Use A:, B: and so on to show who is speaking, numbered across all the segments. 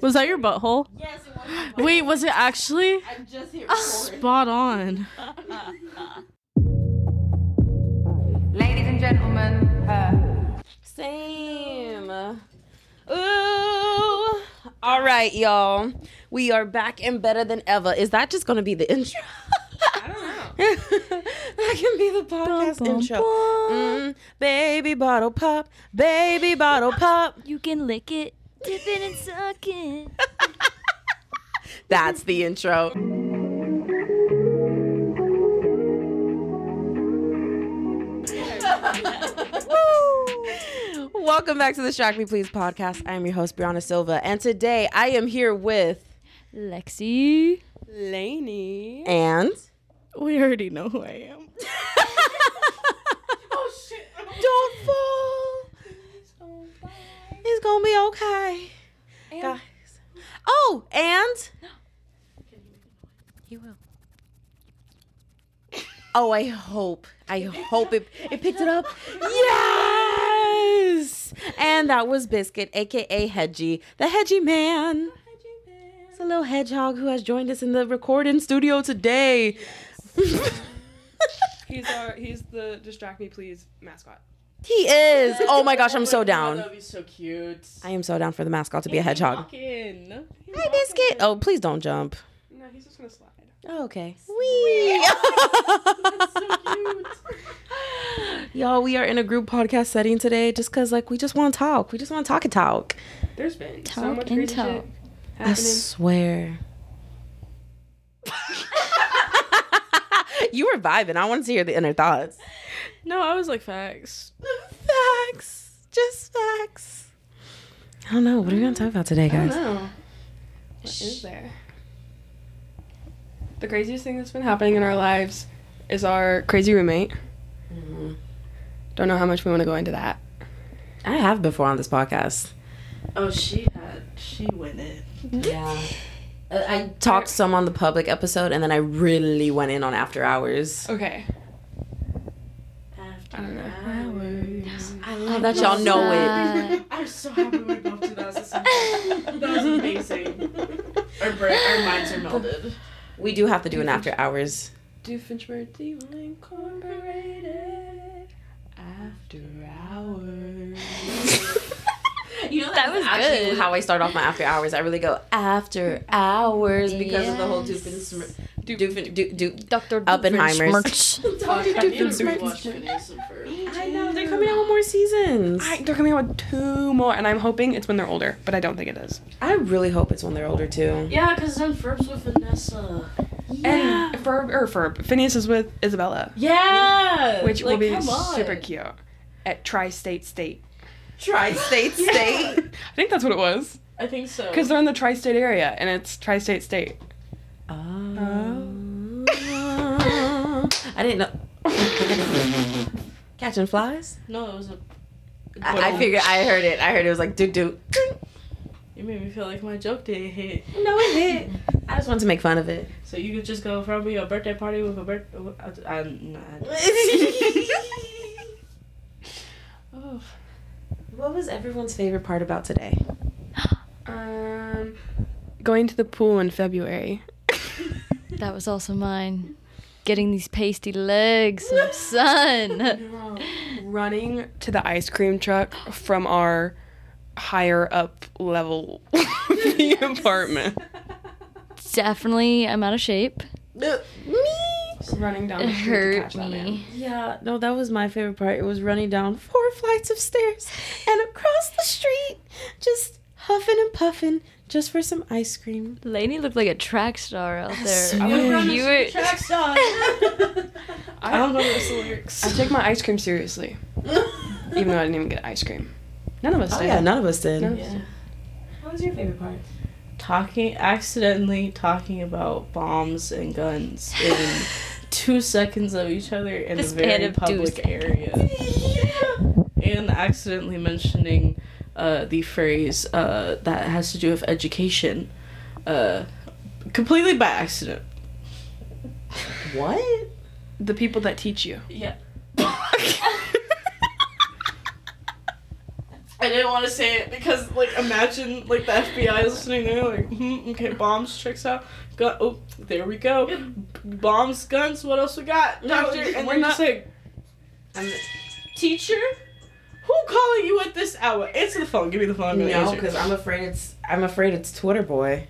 A: Was that your butthole?
B: Yes, it was. my
A: Wait,
B: butthole.
A: was it actually?
B: I'm just here for
A: Spot on.
B: it.
C: Ladies and gentlemen, uh, her.
B: Same. Ooh. All right, y'all. We are back and better than ever. Is that just going to be the intro? I don't know. that can be the podcast
A: bum,
B: intro.
A: bum.
B: Mm, baby bottle pop, baby bottle pop.
D: You can lick it, dip it, and suck it.
B: That's the intro. Woo. Welcome back to the Shock Me Please podcast. I am your host, Brianna Silva, and today I am here with
D: Lexi.
B: Laney and
A: We already know who I am.
B: oh shit! Don't fall. It's gonna be okay, guys. Oh, and
D: He will.
B: oh, I hope, I hope it it picked it up. Yes. And that was Biscuit, aka Hedgy, the Hedgy Man. It's a little hedgehog who has joined us in the recording studio today.
E: He's our he's the distract me please mascot.
B: he is. Oh my gosh, I'm so down.
E: be so cute.
B: I am so down for the mascot to be a hedgehog.
E: Fucking.
B: Hi, Biscuit. Oh, please don't jump.
E: No, he's just gonna slide.
B: Oh, okay. Wee. Y'all, we are in a group podcast setting today just because, like, we just want to talk. We just want to talk and talk.
E: There's been so
D: Talk
E: much
D: and
E: crazy
D: talk.
E: shit
B: I
E: happening.
B: swear. you were vibing. I wanted to hear the inner thoughts.
A: No, I was like facts.
B: Facts. Just facts. I don't know. What are we going to talk about today,
E: I don't
B: guys?
E: know. What is there? The craziest thing that's been happening in our lives is our crazy roommate. Don't know how much we want to go into that.
B: I have before on this podcast.
F: Oh, she had. She went in.
B: Yeah. I talked some on the public episode, and then I really went in on After Hours.
E: Okay.
F: After
E: I don't know.
F: hours. I
B: I'll
F: love
B: let Oh, y'all know it.
F: I'm so happy we both did that. This is- That was amazing. Our, brain, our minds are melded.
B: We do have to do an After Hours.
E: Do Finchburg Thieving Incorporated after hours.
B: You know
D: That was
B: actually
D: good.
B: how I start off my After Hours. I really go After Hours because of the whole Doofenshmirtz. Doofen, do, do,
D: Dr.
B: Oppenheimer's.
D: Doofenshmirtz.
F: I need to watch Phineas and Ferb.
B: I know they're coming out with more seasons.
E: I,
B: I,
E: they're coming out with two more, and I'm hoping it's when they're older, but I don't think it is.
B: really hope it's when they're older too.
F: Yeah, because then Ferb's with Vanessa.
E: And Ferb or Ferb, Phineas is with Isabella,
F: Yeah!
E: which will
F: Like,
E: be
F: come on.
E: super cute at Tri-State State.
B: Tri-state state.
E: I think that's what it was,
F: I think so.
E: because they're in the Tri-State area, and it's Tri-State State.
B: Oh. I didn't know. Catching flies?
F: No, it was a.
B: I, I figured I heard it. I heard it was like doo doo.
F: You made me feel like my joke didn't hit.
B: No, it hit. I just wanted to make fun of it.
F: So you could just go from me a birthday party with a uh, birth. I'm not.
E: Oh.
B: what was everyone's favorite part about today?
E: Um, going to the pool in February.
D: That was also mine. Getting these pasty legs in the sun.
E: running to the ice cream truck from our higher up level of the apartment.
D: Definitely, I'm out of shape.
B: Me.
E: Running down
D: It
E: the street to catch
D: hurt
E: that man.
D: me.
B: Yeah, Uh, no, that was my favorite part. It was running down four flights of stairs and across the street, just huffing and puffing, just for some ice cream.
D: Lainey looked like a track star out there.
B: swear.
D: You were.
F: I don't know those lyrics.
E: I take my ice cream seriously, even though I didn't even get ice cream. None of us
B: Oh
E: did.
B: yeah, none of us did.
E: None of us
F: Yeah.
E: did.
B: What was your favorite part?
F: Talking accidentally talking about bombs and guns in two seconds of each other in
D: The
F: a
D: span
F: very
D: of two
F: public area, and accidentally mentioning uh, the phrase uh, that has to do with education, uh, completely by accident.
B: What?
E: The people that teach you.
F: Yeah.
G: I didn't want to say it because, like, imagine like the FBI is listening. They're like, hmm, okay, bombs, checks out, gun. Oh, there we go. Bombs, guns. What else we got, doctor? and we're just like, I'm teacher. Who calling you at this hour? Answer the phone. Give me the phone. I'm gonna
H: No,
G: answer.
H: because I'm afraid it's I'm afraid it's Twitter Boy.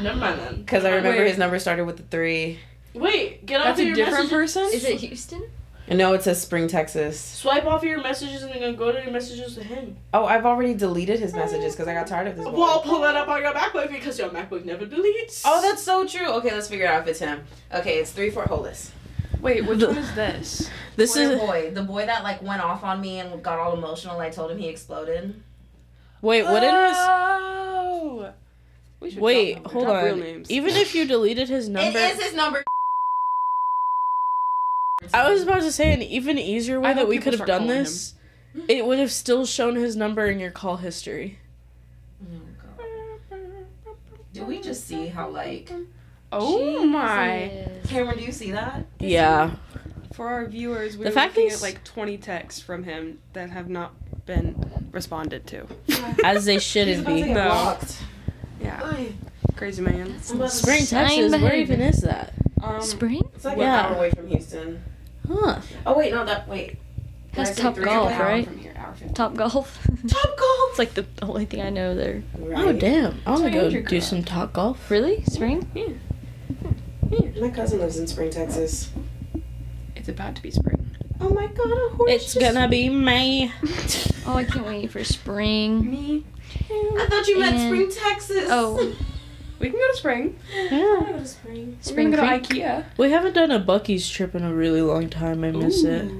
G: never mind then.
H: Because I remember
G: Wait.
H: his number started with the three.
G: Wait, get off
E: That's
G: of
E: a
G: your
E: different
G: messages.
E: person?
D: Is it Houston?
H: And no, it says Spring, Texas.
G: Swipe off your messages and then go to your messages to him.
H: Oh, I've already deleted his messages because I got tired of this.
G: Well, I'll
H: one.
G: pull that up on your MacBook because your MacBook never deletes.
H: Oh, that's so true. Okay, let's figure out if it's him. Okay, it's three, four. Hold this.
E: Wait, which one is this?
F: This
B: Twitter
F: is
B: boy, the boy that like went off on me and got all emotional. I told him he exploded.
F: wait. What it
G: Uh,
F: is?
E: Oh. We should
F: Wait,
E: drop them.
F: hold
E: Drop
F: on.
E: Real names.
F: Even if you deleted his number,
B: It is his number.
F: I was about to say an even easier way
E: I
F: that
E: hope
F: we
E: people
F: could have
E: start
F: done
E: calling
F: this. It would have still shown his number in your call history.
H: Oh
B: Do we just see how like
E: Oh my.
B: Cameron? Do you see that?
F: Yeah.
E: For our viewers, we
F: The
E: were
F: fact
E: looking
F: is-
E: at like 20 texts from him that have not been responded to.
F: As they shouldn't be.
E: No.
B: blocked.
E: Yeah. Crazy man.
F: Spring,
D: Same
F: Texas. Where
D: behavior.
F: even is that?
H: Um,
D: Spring
H: it's like
F: Yeah.
H: an hour away from Houston.
F: Huh.
H: Oh wait, no, that wait. Did I
D: has
H: say
D: Top
H: three?
D: Golf,
H: Hour
D: right?
H: From here, hour fifty.
D: Top Golf.
H: Top golf.
D: it's like the only thing I know there.
F: Oh damn! I want to
E: Sorry,
F: go
E: Andrew
F: do
E: Carr.
F: some top golf.
D: Really? Spring?
H: My cousin lives in Spring, Texas.
E: It's about to be spring.
H: Oh my god, a horse.
F: It's gonna be May.
D: Oh, I can't wait for spring.
E: Me.
B: I thought you meant
D: And-
B: Spring, Texas.
D: Oh,
E: We can go to spring.
F: Yeah.
D: spring
E: We're gonna
D: creek.
E: go to IKEA.
F: We haven't done a Bucky's trip in a really long time. I miss it.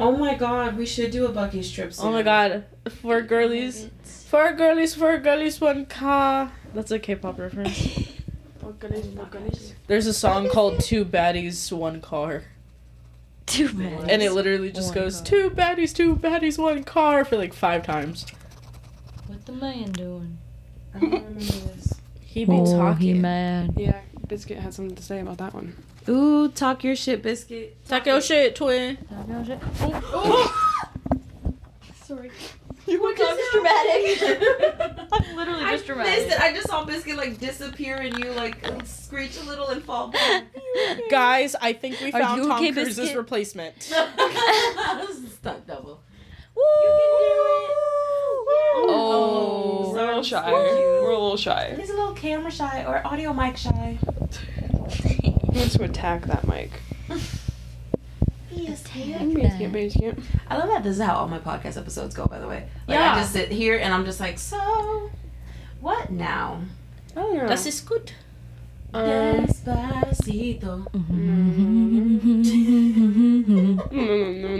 H: Oh my god, we should do a Bucky's trip. Soon.
F: Oh my god. Four girlies. Four girlies, four girlies, one car. That's a K pop reference. There's a song called Two Baddies, One Car.
D: Too bad.
F: And it literally just
D: One
F: goes,
D: car.
F: Two baddies, two baddies, one car for like five times.
D: What the man doing?
H: I don't remember this.
F: He
D: Oh,
F: beats hockey.
D: mad.
E: Yeah, Biscuit had something to say about that one.
H: Ooh, talk your shit, biscuit.
F: Talk your shit, twin.
D: Sorry.
E: You were
D: Literally
B: I missed
D: just dramatic.
B: it. I just saw Biscuit like disappear and you like screech a little and fall back.
F: Guys, I think we
D: Are
F: found
D: you
F: Tom
D: okay,
F: Cruise's
D: Biscuit?
F: replacement.
B: this is stunt double.
D: Oh.
E: We're a little shy. We're a little shy.
B: He's a little camera shy or audio mic shy.
E: He wants to attack that mic.
B: Yes,
E: Biscuit, biscuit.
B: I love that this is how all my podcast episodes go, by the way. Like,
F: Yeah.
B: I just sit here and I'm just like, so, what now?
E: I don't know.
F: is good.
E: Oh, um,
B: Despacito. Mm-hmm.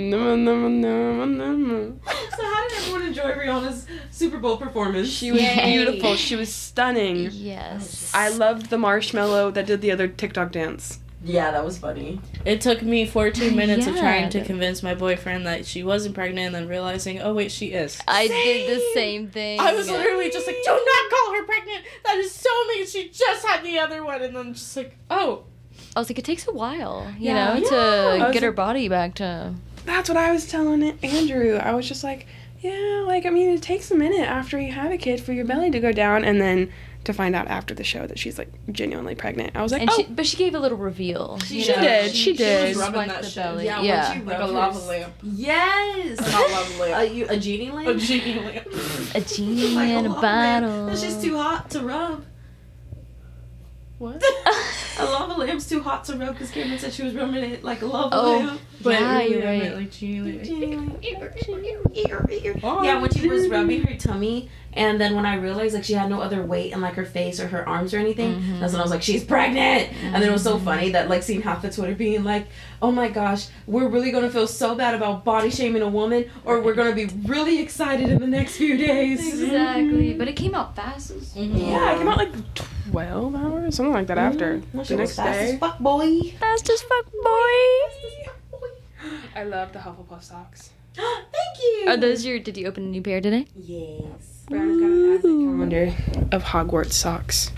D: Mm-hmm.
B: So, how did everyone enjoy Rihanna's Super Bowl performance?
E: She was beautiful. She was stunning.
D: Yes.
E: I loved the marshmallow that did the other TikTok dance.
B: yeah, that was funny.
F: It took me 14 minutes of
D: Yeah.
F: trying to convince my boyfriend that she wasn't pregnant and then realizing, oh, wait, she is.
D: I did the same thing.
F: I was literally just like, do not call her pregnant. That is so mean. She just had the other one. And then just like, oh.
D: I was like, it takes a while, you
E: Yeah.
D: know,
E: Yeah. I
D: to
E: was
D: get her
E: like-
D: body back to.
E: That's what I was telling Andrew. I was just like, yeah, like I mean, it takes a minute after you have a kid for your belly to go down, and then to find out after the show that she's like genuinely pregnant. I was like,
D: And
E: oh,
D: she, but she gave a little reveal. She,
E: she did, she did.
D: Just
G: rubbing
D: wiped
G: that
D: the
G: shit.
D: belly.
B: Yeah,
D: Yeah.
B: when she
G: Like a
B: rubbed
G: lava
B: her-
G: lamp.
B: Yes!
G: Not lava lamp.
B: A, you- a genie lamp?
G: A genie lamp.
D: A genie
B: Like
D: in a
B: lava lamp.
D: bottle.
B: That's just too hot to rub.
F: What?
B: A lava lamp's too hot to rub because Cameron said she was rubbing it like a lava
D: Oh.
B: lamp.
D: yeah,
F: really,
D: you're
F: I
D: right.
F: meant, like genie lamp.
D: Oh,
B: Yeah, when she was rubbing her tummy, and then when I realized like she had no other weight in like her face or her arms or anything, that's when I was like, she's pregnant. And then it was so funny that like seeing half the Twitter being like, oh my gosh, we're really gonna feel so bad about body shaming a woman, or we're gonna be really excited in the next few days.
D: Exactly. But it came out fast.
E: yeah, it came out like twelve hours, something like that. After
B: She
E: the
B: was
E: next
B: fast as
E: day,
B: fuck, boy.
D: Fast as fuck, boy.
E: I love the Hufflepuff socks.
B: Thank you.
D: Are those your? Did you open a new pair today?
B: yes.
E: Brown's got an advent calendar of Hogwarts socks.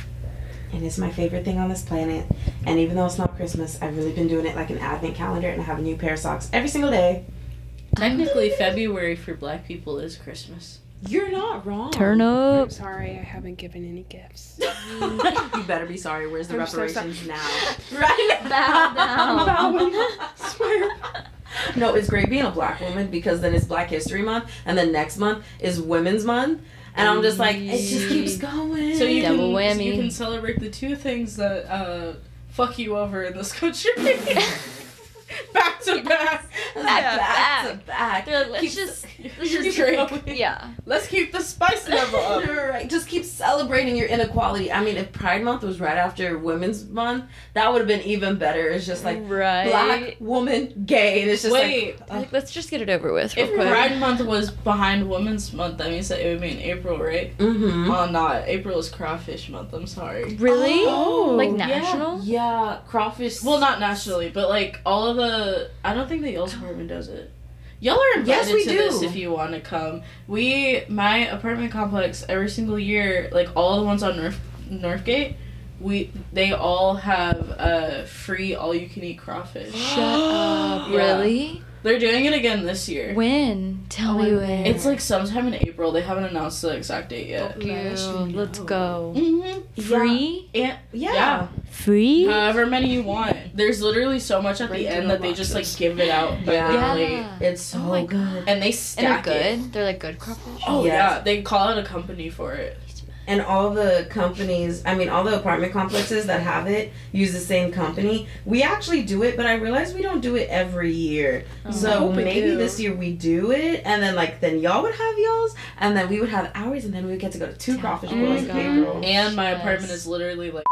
B: And it's my favorite thing on this planet. And even though it's not Christmas, I've really been doing it like an advent calendar, and I have a new pair of socks every single day.
G: Technically, February for black people is Christmas.
I: You're not wrong.
D: Turn
E: I'm
D: up.
E: sorry, I haven't given any gifts.
B: you better be sorry. Where's the
E: I'm so
B: reparations now? right
D: Bow down.
B: Swear. No, it's great being a black woman because then it's Black History Month, and then next month is Women's Month, and I'm just like, it just keeps going.
F: So you
D: Double
F: can so
D: whammy.
F: you can celebrate the two things that uh, fuck you over in this country. back to back.
B: back,
D: back.
B: back to back.
D: They're like, Let's
B: Keep-
D: just, let's
F: Your
D: just,
F: drink.
D: yeah.
F: Let's keep the spice level up.
B: Right. Just keep celebrating your inequality. I mean, if Pride Month was right after Women's Month, that would have been even better. It's just like black
D: Right.
B: woman gay, and it's just like
F: Wait,
D: Like, let's just get it over with. Real
F: if
D: quick.
F: Pride Month was behind Women's Month, that means that it would be in April, right?
B: Mm-hmm.
F: Oh, not. April is Crawfish Month. I'm sorry.
D: Really?
B: Oh,
D: like
B: yeah.
D: national?
B: Yeah, crawfish.
F: Well, not nationally, but like all of the. I don't think the Yale Department does it. Y'all are invited
B: Yes, we
F: to
B: do.
F: this if you want to come. We, my apartment complex, every single year, like all the ones on North Northgate, we they all have uh, free all you can eat crawfish.
D: Shut up.
F: Yeah.
D: Really?
F: They're doing it again this year.
D: When? Tell me when.
F: It's like sometime in April. They haven't announced the exact date yet.
D: Ew, let's go.
F: Mm-hmm.
D: Free?
F: And
B: Yeah.
F: yeah.
D: Free?
F: However many you want. There's literally so much at the end that they just like give it out. But
B: Yeah.
F: yeah.
D: yeah.
B: It's so
D: Oh my
B: good.
F: and they
D: And they're
F: stack
D: good.
F: it.
D: They're like good crawfish.
F: Oh
B: Yes.
F: yeah, they call out a company for it.
B: And all the companies, I mean, all the apartment complexes that have it use the same company. We actually do it, but I realize we don't do it every year.
D: Oh.
B: so maybe this year we do it, and then like then y'all would have y'all's, and then we would have ours, and then we would get to go to two crawfish
D: Oh my
B: boils in
D: gosh.
B: April.
F: And my
D: Yes.
F: apartment is literally like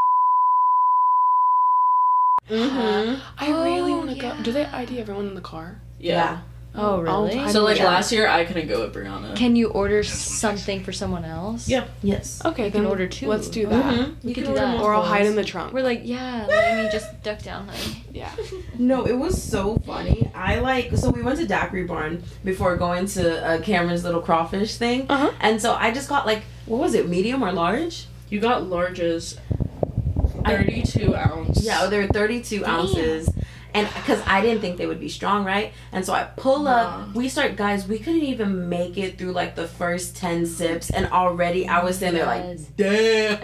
F: Mm-hmm.
B: Mhm.
E: I really
D: Oh,
E: want to
D: yeah.
E: go. Do they ID everyone in the car?
F: yeah.
D: Oh, really?
E: time.
F: So like
B: Yeah.
F: last year I couldn't go with Brianna.
D: Can you order something for someone else?
F: Yeah.
B: Yes.
E: Okay,
D: can
E: then
D: order two. Mm-hmm.
E: Let's do that.
F: Mm-hmm.
B: Mhm.
D: We
B: You can
D: could do
B: order
D: that.
B: multiple
E: Or I'll hide
B: ones.
E: in the trunk.
D: We're like, yeah, let me just duck down, honey.
E: yeah.
B: No, it was so funny. I like so we went to Daiquiri Barn before going to uh, Cameron's little crawfish thing,
E: Uh-huh.
B: and so I just got like what was it, medium or large?
F: You got larges
B: I-
F: thirty two ounce.
B: Yeah, they were thirty-two ounces, and because I didn't think they would be strong, right? And so I pull up. We start, guys. We couldn't even make it through like the first ten sips, and already I was sitting there like, damn.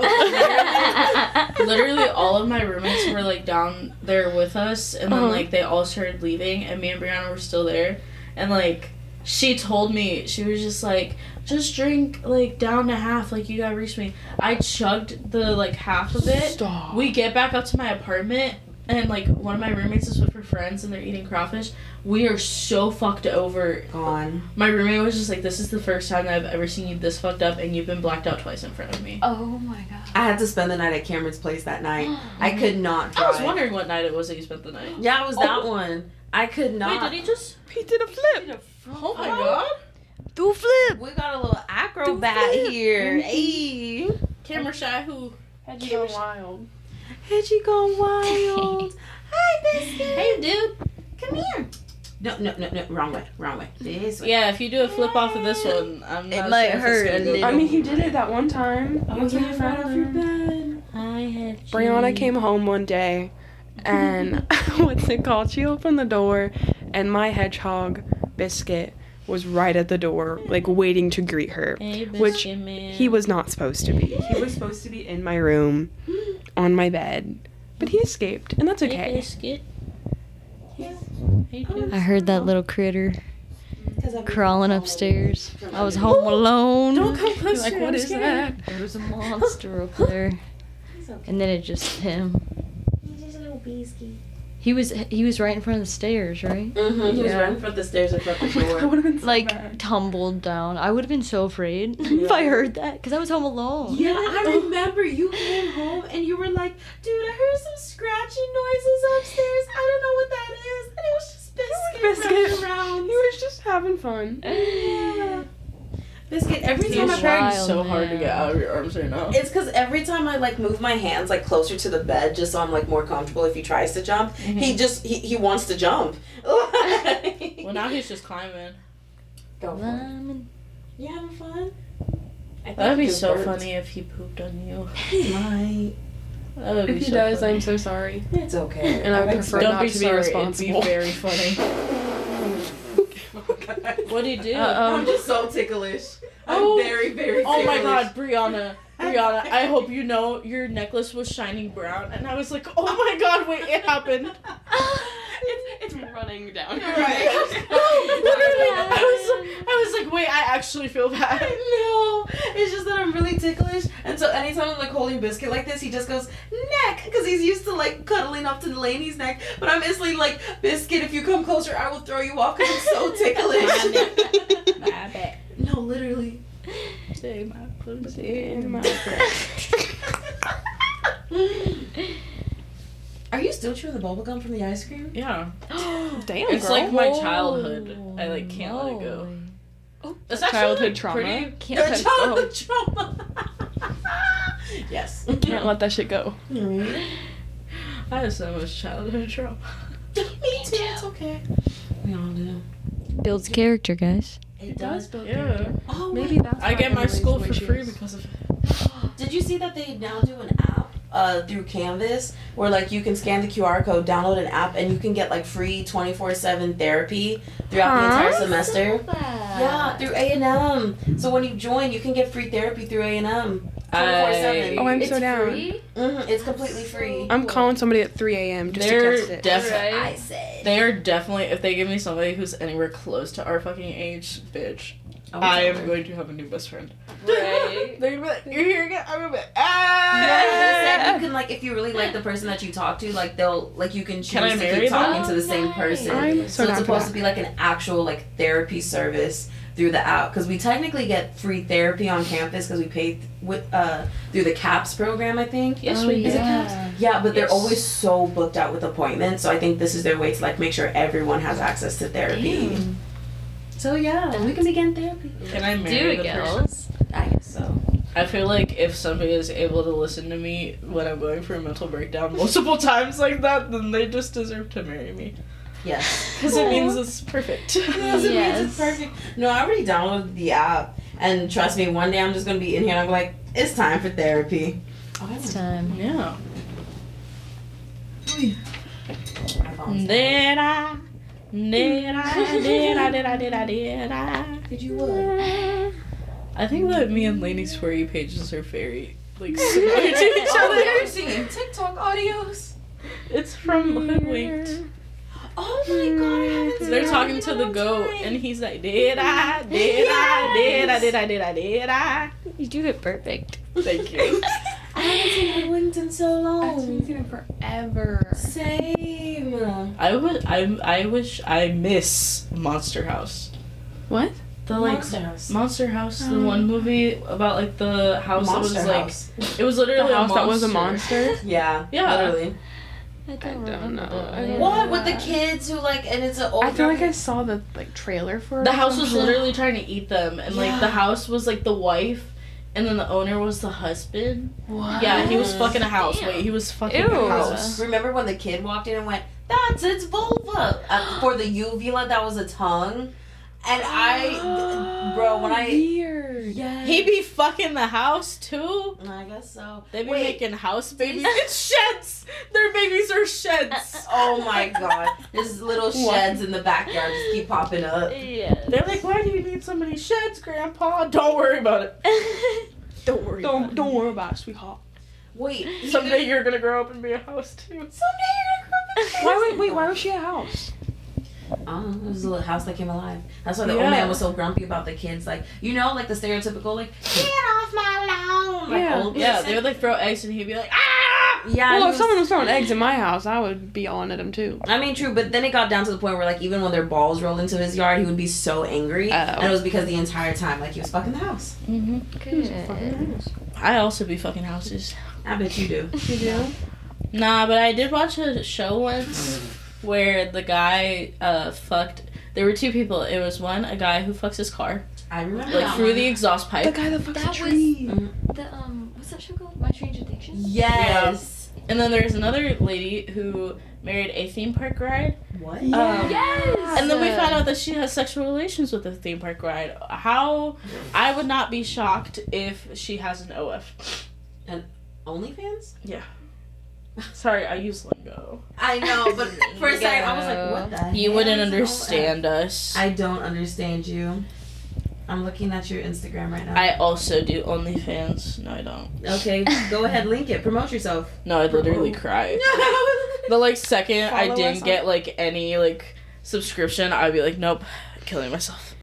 F: literally all of my roommates were like down there with us and then
D: Uh-huh.
F: like they all started leaving and me and brianna were still there and like she told me she was just like just drink like down to half like you gotta reach me i chugged the like half of it
E: Stop.
F: we get back up to my apartment and like one of my roommates is with her friends and they're eating crawfish we are so fucked over
B: Gone.
F: my roommate was just like this is the first time that i've ever seen you this fucked up and you've been blacked out twice in front of me
D: oh my god.
B: I had to spend the night at Cameron's place that night. I could not. Drive.
F: i was wondering what night it was that you spent the night
B: Yeah, it was that one. I could not.
F: Wait, did he just?
E: He did a flip.
F: Oh my god!
D: Do flip. Mm-hmm.
B: We got a little acrobat here. Hey.
F: Camera shy. Who?
E: Had you gone wild.
B: Had you gone wild? Hi, Biscuit.
F: Hey, dude.
B: Come here. No, no, no, no. Wrong way. Wrong way. This way.
F: Yeah, if you do a flip off of this one, I'm not
D: might
F: sure if it's
D: hurt
F: gonna
D: a
F: go
D: little.
E: I
F: down.
E: mean, he did it that one time. Oh, yeah, right off your bed.
I: I had
E: Brianna came home one day, and what's it called? She opened the door, and my hedgehog biscuit was right at the door, like waiting to greet her. which he was not supposed to be. He was supposed to be in my room, on my bed, but he escaped, and that's okay.
F: Oh.
D: I heard that little critter
B: Because I've been
D: crawling
B: followed.
D: upstairs. I was home alone.
E: come close. Like, what is that?
D: There was a monster up there,
B: It's okay.
D: and then it just him.
B: He's just a little biscuit.
D: He was he was right in front of the stairs, right?
B: Mm-hmm. He was
E: Yeah.
B: running for the stairs and front the
E: That
B: door.
E: would have been so
D: Like
E: bad.
D: tumbled down. I would have been so afraid if I heard that because I was home alone.
B: Yeah, I remember you came home and you were like, dude, I heard some scratching noises upstairs. I don't know what that is. And it was just Biscuit,
E: Biscuit.
B: running around.
E: He was just having fun.
B: Yeah. Biscuit, every
F: He's
B: time I
D: trying
F: trying
D: wild,
F: so hard to
D: man.
F: get out of your arms right now.
B: It's because every time I like move my hands like closer to the bed, just so I'm like more comfortable. If he tries to jump, he just he, he wants to jump.
F: Mm-hmm. Well, now he's just climbing.
B: Go for it.
D: Lemon.
B: You having fun? I think
F: That'd be
B: he
F: so
B: burped.
F: funny if he pooped on you.
B: Like,
F: That would be
E: If he
F: so
E: does,
F: funny.
E: I'm so sorry.
B: it's okay.
E: And I would
B: Like,
E: prefer
F: Don't
E: not
F: be
E: to be
F: sorry.
E: responsible.
F: It'd be very funny.
B: oh, God.
F: What'd he do?
B: I'm just so ticklish.
F: Oh.
B: I'm very, very
F: Oh my
B: serious.
F: god, Brianna. Brianna, I hope you know your necklace was shining brown. And I was like, oh my god, wait, it happened.
E: it's, it's running down.
B: You're right.
F: No, literally. I was, I was like, wait, I actually feel bad.
B: No, it's just that I'm really ticklish, and so anytime I'm like holding biscuit like this, he just goes neck because he's used to like cuddling up to Delaney's neck. But I'm instantly like biscuit. If you come closer, I will throw you off because I'm so ticklish.
J: My bad.
B: no, literally.
J: Say my
B: Are you still chewing the bubble gum from the ice cream?
F: Yeah.
E: Damn,
F: It's
E: girl.
F: like my childhood. I like can't let it go. It's actually,
E: childhood
F: like,
E: trauma?
F: pretty-
B: Your
D: Can't
B: childhood trauma. yes.
E: can't let that shit go.
F: I have so much childhood trauma.
B: Me too. It's okay. We all do.
D: builds character, guys.
B: It does.
F: Yeah.
B: Oh,
E: Maybe that's.
F: I
E: why
F: get my
E: Emily's
F: school
E: the way
F: for
E: she
F: free
E: is.
F: because of
B: Did you see that they now do an app uh, through Canvas where like you can scan the QR code, download an app, and you can get like free twenty four seven therapy throughout the entire semester? Yeah, through A and M. So when you join, you can get free therapy through A and M.
F: I-
E: Oh, I'm so down.
B: Mm-hmm, it's completely free.
E: I'm calling somebody at 3 a.m. just
F: they're
E: to catch it.
F: definitely
B: I said.
F: they are definitely if they give me somebody who's anywhere close to our fucking age, bitch.
B: I'm
F: I
B: sorry.
F: am going to have a new best friend.
D: Right.
F: They're gonna be like, you're here again. I'm gonna be like,
B: No, I just
F: ah!
B: said you can like if you really like the person that you talk to, like they'll like you can choose
F: I
B: to
F: marry
B: keep talking
D: them?
B: to the same
D: Oh,
B: person.
D: nice.
B: So,
E: I'm so
B: it's
E: down for
B: supposed
E: that.
B: to be like an actual like therapy service through the app because we technically get free therapy on campus because we pay th- with uh through the CAPS program I think.
F: Yes,
D: Oh,
F: we
B: Is it
F: do.
B: CAPS? Yeah, but they're
F: Yes.
B: always so booked out with appointments, so I think this is their way to like make sure everyone has access to therapy. So yeah, we can begin therapy.
F: Can I marry
D: Do it,
F: the person?
D: girls.
B: I guess so.
F: I feel like if somebody is able to listen to me when I'm going for a mental breakdown multiple times like that, then they just deserve to marry me.
B: Yes.
F: Because it means it's perfect.
B: Yes, it means it's
D: Yes.
B: perfect. No, I already downloaded the app, and trust me, one day I'm just gonna be in here and I'm like, it's time for therapy.
D: It's time.
F: yeah.
B: My phone's-
F: Did I? Did I? Did I? Did I? Did I? Did I?
B: Did you uh, what?
F: I think that me and Lainey's for you pages are very like similar to each
B: Oh,
F: other.
B: you're singing TikTok audios.
F: It's from Hoodwinked.
B: Oh my god, I haven't seen
F: Hmm. They're
B: that
F: talking
B: in
F: to
B: a
F: the
B: long
F: goat,
B: time.
F: and he's like, "Did I? Did I? Did I? Did I? Did I? Did I?"
D: You do it perfect.
F: Thank you.
B: I haven't seen Hoodwinked in so
J: I haven't
B: long.
J: seen it forever.
B: Same.
F: I would. I. I wish. I miss Monster House.
E: What? Oh.
F: The like
B: Monster House.
F: Monster House, the one movie about like the house
B: Monster
F: that was like
B: House.
F: it was literally
E: the house
F: a
E: that was a monster?
B: Yeah,
F: Yeah.
B: literally.
D: I
E: don't
D: don't,
E: remember
D: know.
E: that. I
B: What with the kids who like, and it's an old.
E: I feel like I saw the like trailer for it
F: The
E: or
F: house
E: some
F: was
E: shit.
F: literally trying to eat them, and like the
B: Yeah.
F: house was like the wife, and then the owner was the husband.
E: What?
F: Yeah, he was
B: What?
F: fucking a house.
D: Damn.
F: Wait, he was fucking a
D: Ew.
F: house.
B: Remember when the kid walked in and went, "That's its vulva" uh, for the uvula. That was a tongue, and I, bro, when I
E: Weird.
B: yeah,
F: He be fucking the house too.
B: I guess so.
F: They be
B: Wait.
F: making house babies. it's sheds. Their babies are sheds.
B: Oh my god, this little sheds in the backyard just keep popping up.
D: Yes.
F: They're like, why do you need so many sheds, Grandpa? Don't worry about it.
E: Don't worry. Don't don't worry about it, sweetheart.
B: Wait, he-
F: Someday you're gonna grow up and be a house too.
E: Why wait wait why was she a house?
B: Um, it was a little house that came alive. That's why the
F: Yeah.
B: old man was so grumpy about the kids. Like, you know, like the stereotypical, like, get off my lawn. Like,
E: Yeah.
B: old
F: Yeah,
B: person.
F: they would like throw eggs, and he'd be like, ah.
B: yeah. he
E: well, if
B: was-
E: someone was throwing eggs in my house, I would be on at them too.
B: I mean, true, but then it got down to the point where, like, even when their balls rolled into his yard, he would be so angry.
E: Oh.
B: And it was because the entire time, like, he was fucking the house.
F: Mm-hmm.
D: Good.
F: I also be fucking houses.
B: I bet you do.
E: You do?
F: Nah, but I did watch a show once where the guy uh fucked. There were two people. It was one a guy who fucks his car
B: I remember
F: like
B: that
F: through
B: one.
F: Uh-huh. the exhaust
E: The
F: pipe,
E: guy that fucks
D: That
E: the
D: was-
E: tree.
D: The um, what's that show called? My Strange Addiction.
B: Yes.
F: and then there's another lady who married a theme park ride.
B: What?
F: Um,
D: Yes.
F: And then we found out that she has sexual relations with a theme park ride. How I would not be shocked if she has an OF.
B: OnlyFans?
F: Sorry, I use lingo.
B: I know, but for a second, I was like, what the
F: You
B: hell
F: wouldn't
B: is an
F: understand us.
B: OnlyFans? I don't understand you. I'm looking at your Instagram right now.
F: I also do OnlyFans. No, I don't.
B: okay, go ahead, link it. Promote yourself.
F: No, I literally cried. The like second I
K: Follow us
F: didn't
K: on-
F: get like any like subscription, I'd be like, nope, killing myself.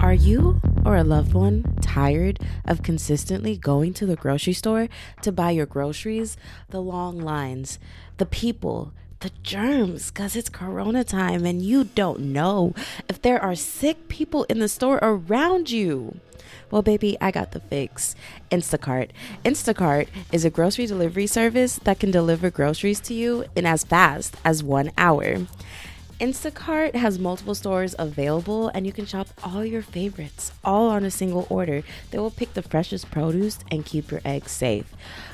H: Are you or a loved one tired of consistently going to the grocery store to buy your groceries? The long lines, the people, the germs, because it's corona time and you don't know if there are sick people in the store around you. Well, baby, I got the fix. Instacart. Instacart is a grocery delivery service that can deliver groceries to you in as fast as one hour. Instacart has multiple stores available and you can shop all your favorites all on a single order. They will pick the freshest produce and keep your eggs safe.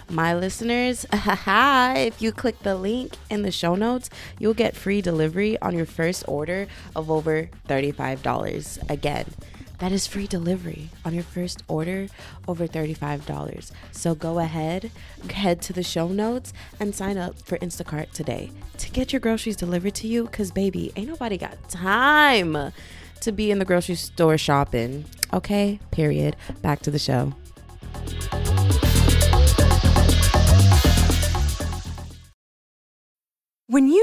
H: My listeners, Uh, if you click the link in the show notes, you'll get free delivery on your first order of over $35. Again, that is free delivery on your first order over $35. So go ahead, head to the show notes, and sign up for Instacart today to get your groceries delivered to you. Because, baby, ain't nobody got time to be in the grocery store shopping. Okay, period. Back to the show.
L: When you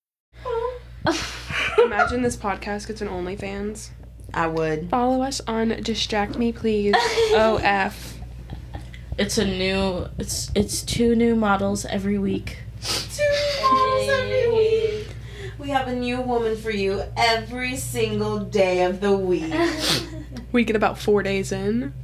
E: Imagine this podcast gets an OnlyFans.
B: I would.
E: Follow us on Distract Me Please. OF.
F: It's a new. It's it's two new models every week.
B: We have a new woman for you every single day of the week.
E: We get about four days in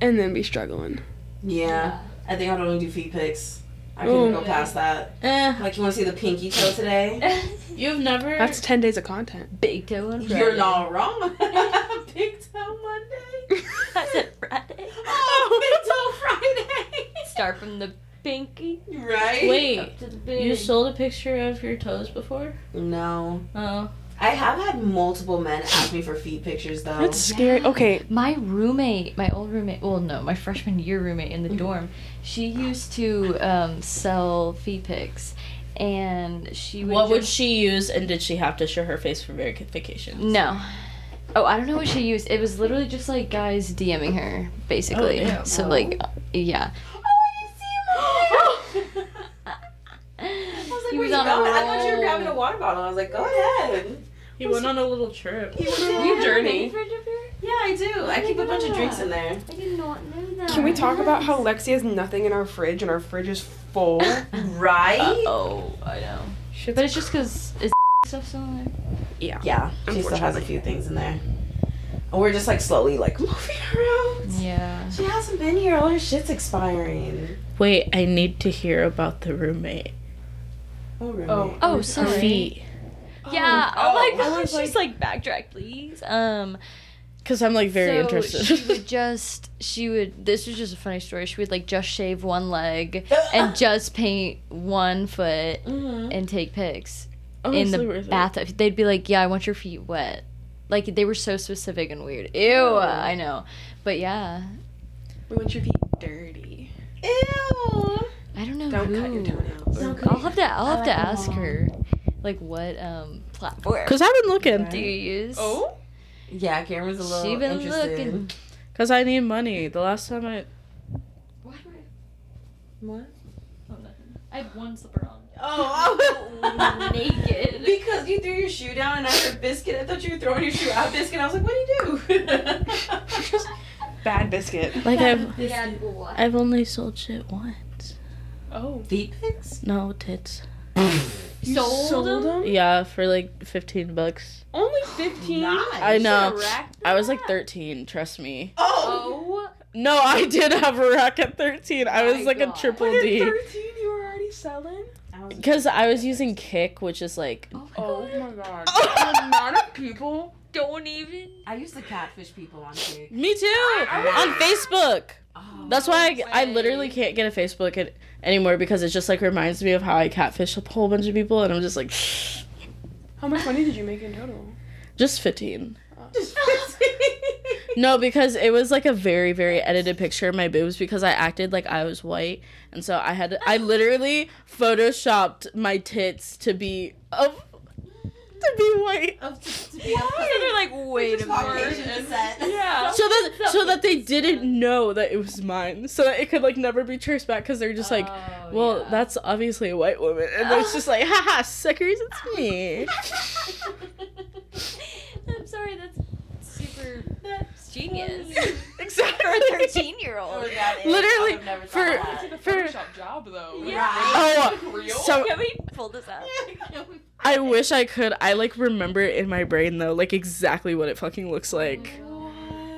E: and then be struggling.
B: Yeah. I think I'd only do feet pics. I couldn't go past that.
F: Eh,
B: Like, you want to see the pinky toe today?
F: you've never.
E: That's 10 days of content.
D: Big toe on Friday.
B: You're not wrong. Big toe Monday.
D: I said Friday.
B: Oh, Big toe
D: Start from the pinky
B: Friday. right?
F: Wait,
D: up to the
F: you
D: big.
F: sold a picture of your toes before?
B: No.
F: Oh,
B: I have had multiple men ask me for feet pictures, though.
E: That's scary. Okay,
D: My roommate, my old roommate, well, no, my freshman year roommate in the
B: Mm-hmm.
D: dorm, she used to um, sell feet pics, and she would.
F: what would
D: just-
F: she use, and did she have to show her face for verification?
D: No. Oh, I don't know what she used. It was literally just like guys DMing her, basically.
F: Oh, damn.
D: So like, uh, yeah.
B: Oh, you see him over there. I was like,
D: He
B: where
D: was
B: you
D: on a
B: going? I thought you were
D: roll.
B: grabbing a water bottle. I was like, go ahead.
F: He went on a little trip.
B: He was on
D: You
B: a
D: have
B: journey.
D: a fridge up here?
B: Yeah, I do. I keep a bunch of drinks in there.
D: I did not know that.
E: can we talk about how Lexi has nothing in our fridge and our fridge is full?
B: Right?
D: Oh, I know.
E: Shit's
D: But it's just because is stuff still in there?
B: Yeah, oh. she still has a few things in there. And we're just like slowly like moving around.
D: Yeah.
B: She hasn't been here. All her shit's expiring.
F: Wait, I need to hear about the roommate.
B: Oh, really?
D: Oh, sorry.
F: Feet.
D: Yeah. Oh, my
B: oh, I
D: gosh.
B: was
D: She's like backtrack, please. Um.
F: Because I'm like very
D: so She
F: interested.
D: would just she would this was just a funny story. She would like just shave one leg and just paint one foot
B: Mm-hmm.
D: and take pics in
F: Honestly,
D: the
F: Oh, worth it.
D: bathtub. They'd be like, "Yeah, I want your feet wet." Like they were so specific and weird. Ew, I know. But yeah,
E: We want your feet dirty.
D: I don't know
E: Don't
D: who.
E: cut your toenails. Oh,
D: I'll have to I'll have to ask her like what um platform
F: Because I've been looking.
D: do you use?
E: Oh?
B: Yeah, Cameron's a little
D: She been
B: interested.
D: looking.
F: Because I need money. The last time I.
D: I have one slipper on.
B: Oh, oh.
D: Naked.
B: because you threw your shoe down and I heard biscuit. I thought you were throwing your shoe at biscuit. I was like, what do you do?
E: Bad biscuit.
F: Like, I've, I've only sold shit once.
E: Oh.
B: Feet pics?
F: No, tits.
E: You sold, them?
F: Yeah, for like 15 bucks.
E: Only 15?
F: I know. I was like
D: Ah.
F: 13, trust me.
B: Oh,
D: Oh,
F: No, I did have a rack at 13. I was
D: My
F: like
D: God.
F: a triple
E: At
F: D.
E: 13, you were already selling?
F: Because I was using Kick, which is like
D: oh my
E: Oh. Oh my god. the amount of people.
D: Don't even.
B: I used to catfish people on Tig.
F: Me too. On Facebook. Oh, That's why I, I literally can't get a Facebook it anymore because it just like reminds me of how I catfish a whole bunch of people and I'm just like
E: How much money did you make in total?
F: just 15. No, because it was like a very very edited picture of my boobs because I acted like I was white and so I had I literally photoshopped my tits to be of to be white.
D: They're like, wait a minute.
E: Yeah.
F: so that Oh, so that they didn't know that it was mine, so that it could like never be traced back because they're just like,
D: Oh,
F: well, that's obviously a white woman, and it's just like, haha, suckers, it's me.
D: I'm sorry, that's super that's genius for
F: exactly.
D: a 13 year
B: Oh,
D: old.
F: Literally for for
E: job though.
F: oh, so
D: Can we pull this up?
F: I wish I could. I like remember it in my brain though, like exactly what it fucking looks like.
B: Mm.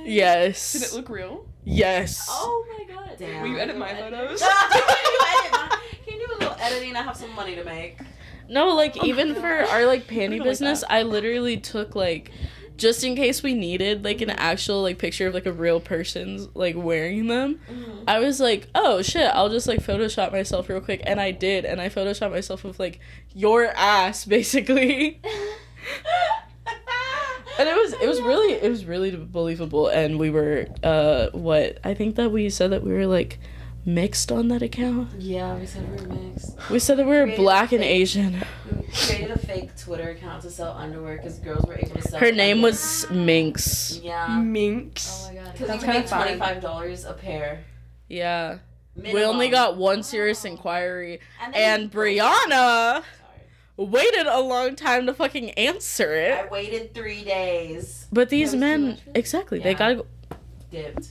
F: Yes.
E: Did it look real?
F: yes.
D: Oh my god.
E: Will you edit Ah. my photos?
B: Can you do a little editing? I have some money to make.
F: No, like even for our like panty business, I literally took like just in case we needed like an actual like picture of like a real person's like wearing them. I was like, oh shit, I'll just like Photoshop myself real quick, and I did, and I Photoshopped myself with like your ass basically.
D: Oh
F: And it was it was really it was really believable and we were uh what I think that we said that we were like mixed on that account.
B: Yeah, we said we were mixed.
F: We said that we were
B: Creative
F: black and
B: thing.
F: Asian.
B: We created a fake Twitter account to sell underwear because girls were able to sell.
F: Her name
B: underwear.
F: was Mm. Minx.
B: Yeah.
E: Minx.
D: my god.
B: Because you can make twenty five dollars a pair.
F: Yeah.
B: Minimum.
F: We only got one serious inquiry,
B: then-
F: and Brianna
B: Sorry.
F: waited a long time to fucking answer
B: I
F: it.
B: waited three days.
F: But these men, exactly, they
B: Yeah.
F: gotta. Go,
B: Dipped.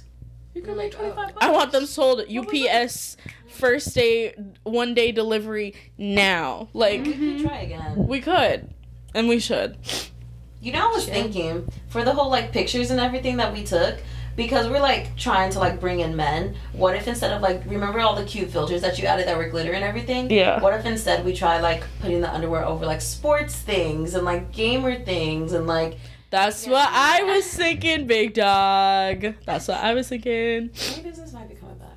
E: You can make 25 bucks.
F: I want them sold at UPS first day, one day delivery now. Like
B: We could try again.
F: we could, and we should.
B: You know, I was thinking for the whole like pictures and everything that we took because we're like trying to like bring in men. What if instead of like remember all the cute filters that you added that were glitter and everything?
F: Yeah.
B: What if instead we try like putting the underwear over like sports things and like gamer things and like
F: That's what I was thinking, big dog. That's what I was thinking.
B: my business might be coming back.